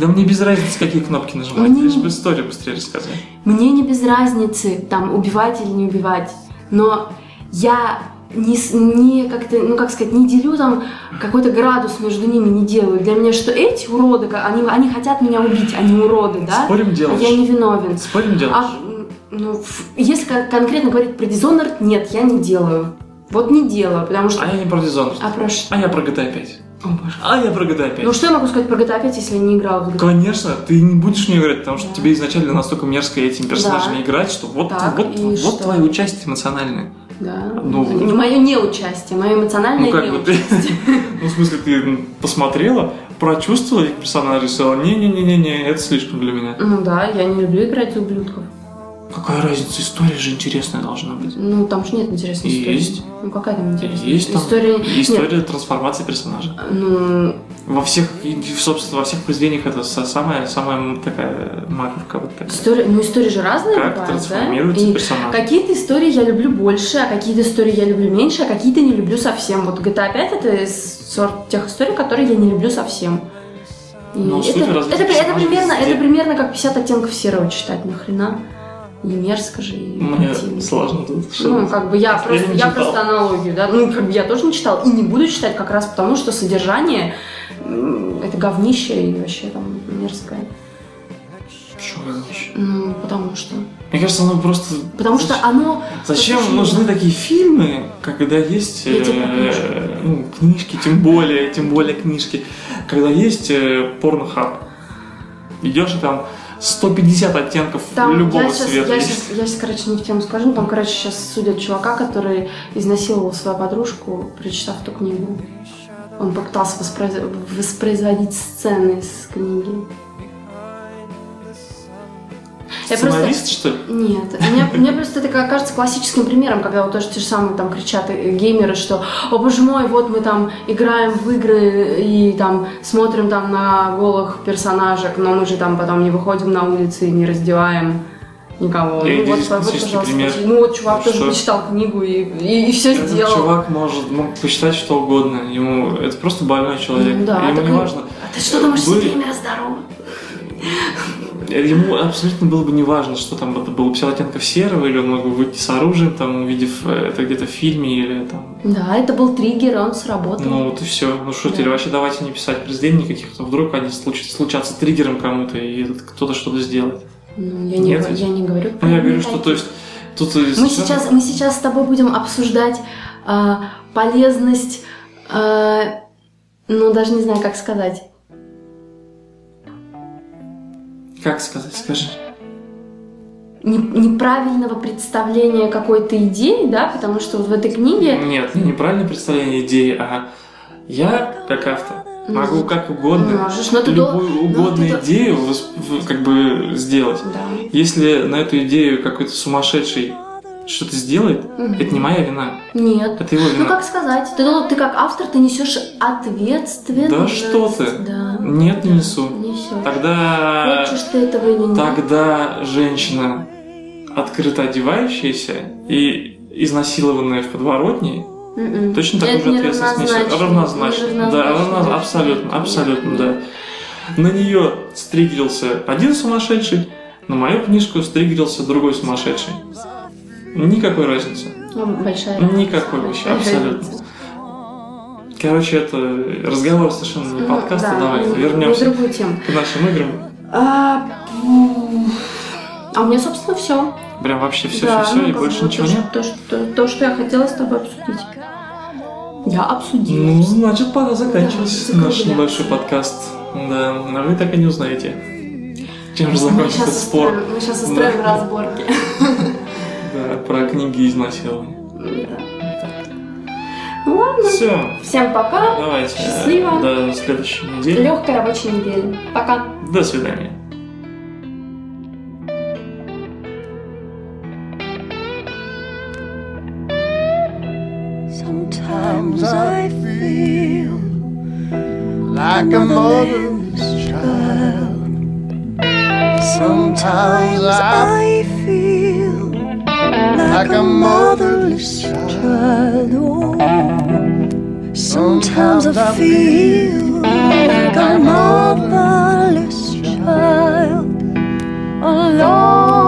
[SPEAKER 2] Да мне без разницы, какие кнопки нажимать,
[SPEAKER 1] Мне
[SPEAKER 2] лишь бы
[SPEAKER 1] не-
[SPEAKER 2] историю быстрее рассказать.
[SPEAKER 1] Мне не без разницы, там, убивать или не убивать. Но я не, с- не как-то, ну как сказать, не делю там какой-то градус между ними, не делаю. Для меня что эти уроды, ка- они, они хотят меня убить, они уроды, да?
[SPEAKER 2] Спорим
[SPEAKER 1] А
[SPEAKER 2] делаешь?
[SPEAKER 1] я не виновен.
[SPEAKER 2] Спорим делаешь?
[SPEAKER 1] А, м, ну, ф- если кон- конкретно говорить про Dishonored, нет, я не делаю. Вот не делаю, потому что...
[SPEAKER 2] А я не про Dishonored.
[SPEAKER 1] А про что?
[SPEAKER 2] А я про GTA 5.
[SPEAKER 1] О, боже.
[SPEAKER 2] А я про GTA 5.
[SPEAKER 1] Ну что я могу сказать про GTA 5, если я не играла в GTA?
[SPEAKER 2] Конечно, ты не будешь в нее играть, потому что
[SPEAKER 1] Да.
[SPEAKER 2] тебе изначально настолько мерзко этими персонажами
[SPEAKER 1] Да.
[SPEAKER 2] играть, что вот,
[SPEAKER 1] Так,
[SPEAKER 2] вот,
[SPEAKER 1] и
[SPEAKER 2] вот
[SPEAKER 1] что?
[SPEAKER 2] твое участие эмоциональное.
[SPEAKER 1] Да.
[SPEAKER 2] Ну, ну.
[SPEAKER 1] мое неучастие, мое эмоциональное
[SPEAKER 2] Ну, как бы ты- (laughs)
[SPEAKER 1] неучастие.
[SPEAKER 2] Ну, в смысле, ты м, посмотрела, прочувствовала этих персонажей, и сказала, не-не-не-не, это слишком для меня.
[SPEAKER 1] Ну да, я не люблю играть в ублюдков.
[SPEAKER 2] Какая разница, история же интересная должна быть.
[SPEAKER 1] Ну, там же нет интересной истории.
[SPEAKER 2] Есть.
[SPEAKER 1] Ну, какая там интересная?
[SPEAKER 2] Есть там
[SPEAKER 1] История...
[SPEAKER 2] И
[SPEAKER 1] Нет,
[SPEAKER 2] История трансформации персонажа.
[SPEAKER 1] ну,
[SPEAKER 2] Во всех, и, собственно, во всех произведениях это са- самая, самая м, такая маковка вот такая.
[SPEAKER 1] история... ну, истории же разные
[SPEAKER 2] Как
[SPEAKER 1] бывают,
[SPEAKER 2] трансформируется
[SPEAKER 1] да? И
[SPEAKER 2] персонаж.
[SPEAKER 1] Какие-то истории я люблю больше, а какие-то истории я люблю меньше, а какие-то не люблю совсем. Вот GTA 5 это из сорт тех историй, которые я не люблю совсем. И
[SPEAKER 2] Ну,
[SPEAKER 1] это,
[SPEAKER 2] суть
[SPEAKER 1] это,
[SPEAKER 2] развития
[SPEAKER 1] это
[SPEAKER 2] персонажей
[SPEAKER 1] примерно,
[SPEAKER 2] везде.
[SPEAKER 1] это примерно как 50 оттенков серого читать, нахрена. И мерзко же, и
[SPEAKER 2] Мне
[SPEAKER 1] противно.
[SPEAKER 2] сложно тут.
[SPEAKER 1] Ну,
[SPEAKER 2] что-
[SPEAKER 1] как бы я
[SPEAKER 2] Я
[SPEAKER 1] просто,
[SPEAKER 2] не
[SPEAKER 1] я
[SPEAKER 2] читал.
[SPEAKER 1] просто аналогию, да, ну, как бы я тоже не читал и не буду читать как раз потому, что содержание м, это говнище и вообще там мерзкое.
[SPEAKER 2] Почему я не ищу?
[SPEAKER 1] Ну, потому что.
[SPEAKER 2] Мне кажется, оно просто...
[SPEAKER 1] Потому что оно.
[SPEAKER 2] Зачем
[SPEAKER 1] Слушай,
[SPEAKER 2] нужны такие фильмы, когда есть
[SPEAKER 1] Я тебе про
[SPEAKER 2] э, ну, книжки, тем более, тем более книжки, когда есть э, порнохаб. Идешь и там 150 оттенков
[SPEAKER 1] Там
[SPEAKER 2] любого
[SPEAKER 1] я, сейчас,
[SPEAKER 2] цвета.
[SPEAKER 1] я,
[SPEAKER 2] есть.
[SPEAKER 1] сейчас, я сейчас, короче, не в тему скажу, но там, короче, сейчас судят чувака, который изнасиловал свою подружку, прочитав эту книгу. Он попытался воспроиз- воспроизводить сцены из книги. Я просто-
[SPEAKER 2] Сценарист, что ли?
[SPEAKER 1] Нет, мне, мне просто это как кажется классическим примером, когда вот тоже те же самые там кричат э, геймеры, что «О, боже мой, вот мы там играем в игры и там смотрим там на голых персонажек, но мы же там потом не выходим на улицы и не раздеваем никого».
[SPEAKER 2] И
[SPEAKER 1] ну, вот,
[SPEAKER 2] здесь
[SPEAKER 1] вот,
[SPEAKER 2] классический
[SPEAKER 1] пожалуйста,
[SPEAKER 2] пример.
[SPEAKER 1] ну вот чувак
[SPEAKER 2] Ну,
[SPEAKER 1] тоже
[SPEAKER 2] что?
[SPEAKER 1] почитал книгу и, все
[SPEAKER 2] Этот
[SPEAKER 1] сделал.
[SPEAKER 2] чувак может мог посчитать что угодно. Ему это просто больной человек.
[SPEAKER 1] Ну да,
[SPEAKER 2] ему
[SPEAKER 1] так
[SPEAKER 2] не
[SPEAKER 1] и-
[SPEAKER 2] важно.
[SPEAKER 1] А ты что думаешь,
[SPEAKER 2] Были-
[SPEAKER 1] все геймеры здоровы?
[SPEAKER 2] Ему абсолютно было бы не важно, что там это было 50 оттенков серого, или он мог бы выйти с оружием, там, увидев э, это где-то в фильме, или там
[SPEAKER 1] Да, это был триггер, он сработал.
[SPEAKER 2] Ну вот и все. Ну что,
[SPEAKER 1] Да.
[SPEAKER 2] теперь вообще давайте не писать произведений никаких, то вдруг они случ- случатся триггером кому-то, и этот кто-то что-то сделает.
[SPEAKER 1] Ну, я, не,
[SPEAKER 2] Нет
[SPEAKER 1] го-
[SPEAKER 2] ведь?
[SPEAKER 1] я не говорю.
[SPEAKER 2] Ну я
[SPEAKER 1] про
[SPEAKER 2] говорю, что
[SPEAKER 1] такие.
[SPEAKER 2] то есть тут э,
[SPEAKER 1] Мы сейчас, мы сейчас с тобой будем обсуждать а, полезность, а, ну даже не знаю, как сказать.
[SPEAKER 2] Как сказать, скажи.
[SPEAKER 1] Не- неправильного представления какой-то идеи, да, потому что вот в этой книге
[SPEAKER 2] Нет, не неправильное представление идеи, а я, как автор,
[SPEAKER 1] Ну,
[SPEAKER 2] могу как угодно
[SPEAKER 1] можешь, но Ну, а ты ну, дол-
[SPEAKER 2] любую угодную
[SPEAKER 1] но ты дол-
[SPEAKER 2] идею восп- в- как бы сделать.
[SPEAKER 1] Да.
[SPEAKER 2] Если на эту идею какой-то сумасшедший что-то сделает,
[SPEAKER 1] Мгм.
[SPEAKER 2] это не моя вина,
[SPEAKER 1] Нет.
[SPEAKER 2] это его
[SPEAKER 1] Ну
[SPEAKER 2] вина.
[SPEAKER 1] как сказать? Ты, дол- ты как автор, ты несешь ответственность.
[SPEAKER 2] Да что ты? а,
[SPEAKER 1] Да.
[SPEAKER 2] Нет, не несу.
[SPEAKER 1] Несешь.
[SPEAKER 2] Тогда...
[SPEAKER 1] Хочешь ты этого или нет?
[SPEAKER 2] Тогда женщина, открыто одевающаяся и изнасилованная в подворотне,
[SPEAKER 1] Мгм.
[SPEAKER 2] точно такую
[SPEAKER 1] М-м. Это
[SPEAKER 2] же ответственность несет.
[SPEAKER 1] неравнозначно.
[SPEAKER 2] Равнозначно. Да,
[SPEAKER 1] Неравнозначно.
[SPEAKER 2] равно- абсолютно, абсолютно, да. На нее стригерился один сумасшедший, на мою книжку стригерился другой сумасшедший. Никакой разницы.
[SPEAKER 1] Ну, Большая.
[SPEAKER 2] Никакой вообще, абсолютно. Короче, это разговор совершенно не подкаст, а
[SPEAKER 1] Да,
[SPEAKER 2] давай
[SPEAKER 1] ну,
[SPEAKER 2] вернемся
[SPEAKER 1] на другую тему.
[SPEAKER 2] к нашим играм.
[SPEAKER 1] А, м, а у меня, собственно, все.
[SPEAKER 2] Прям вообще все, все,
[SPEAKER 1] ну,
[SPEAKER 2] все, и больше ничего
[SPEAKER 1] то,
[SPEAKER 2] нет.
[SPEAKER 1] Что, то, что, то, что я хотела с тобой обсудить. Я обсудила.
[SPEAKER 2] Ну, значит, пора заканчивать
[SPEAKER 1] Да,
[SPEAKER 2] наш
[SPEAKER 1] закругляться.
[SPEAKER 2] небольшой подкаст. Да, а вы так и не узнаете, чем же
[SPEAKER 1] мы
[SPEAKER 2] закончится
[SPEAKER 1] сейчас
[SPEAKER 2] этот спор
[SPEAKER 1] устроим, мы щас устроим
[SPEAKER 2] Да.
[SPEAKER 1] разборки.
[SPEAKER 2] да, про книги и изнасилования.
[SPEAKER 1] Ну ладно.
[SPEAKER 2] Все,
[SPEAKER 1] Всем пока.
[SPEAKER 2] давайте. э,
[SPEAKER 1] Счастливо.
[SPEAKER 2] До следующей недели.
[SPEAKER 1] Легкой рабочей недели. Пока.
[SPEAKER 2] До свидания.
[SPEAKER 3] Sometimes I feel like a motherless child. Sometimes I feel like like a motherless child.
[SPEAKER 1] child. Oh, sometimes I feel like a motherless child alone.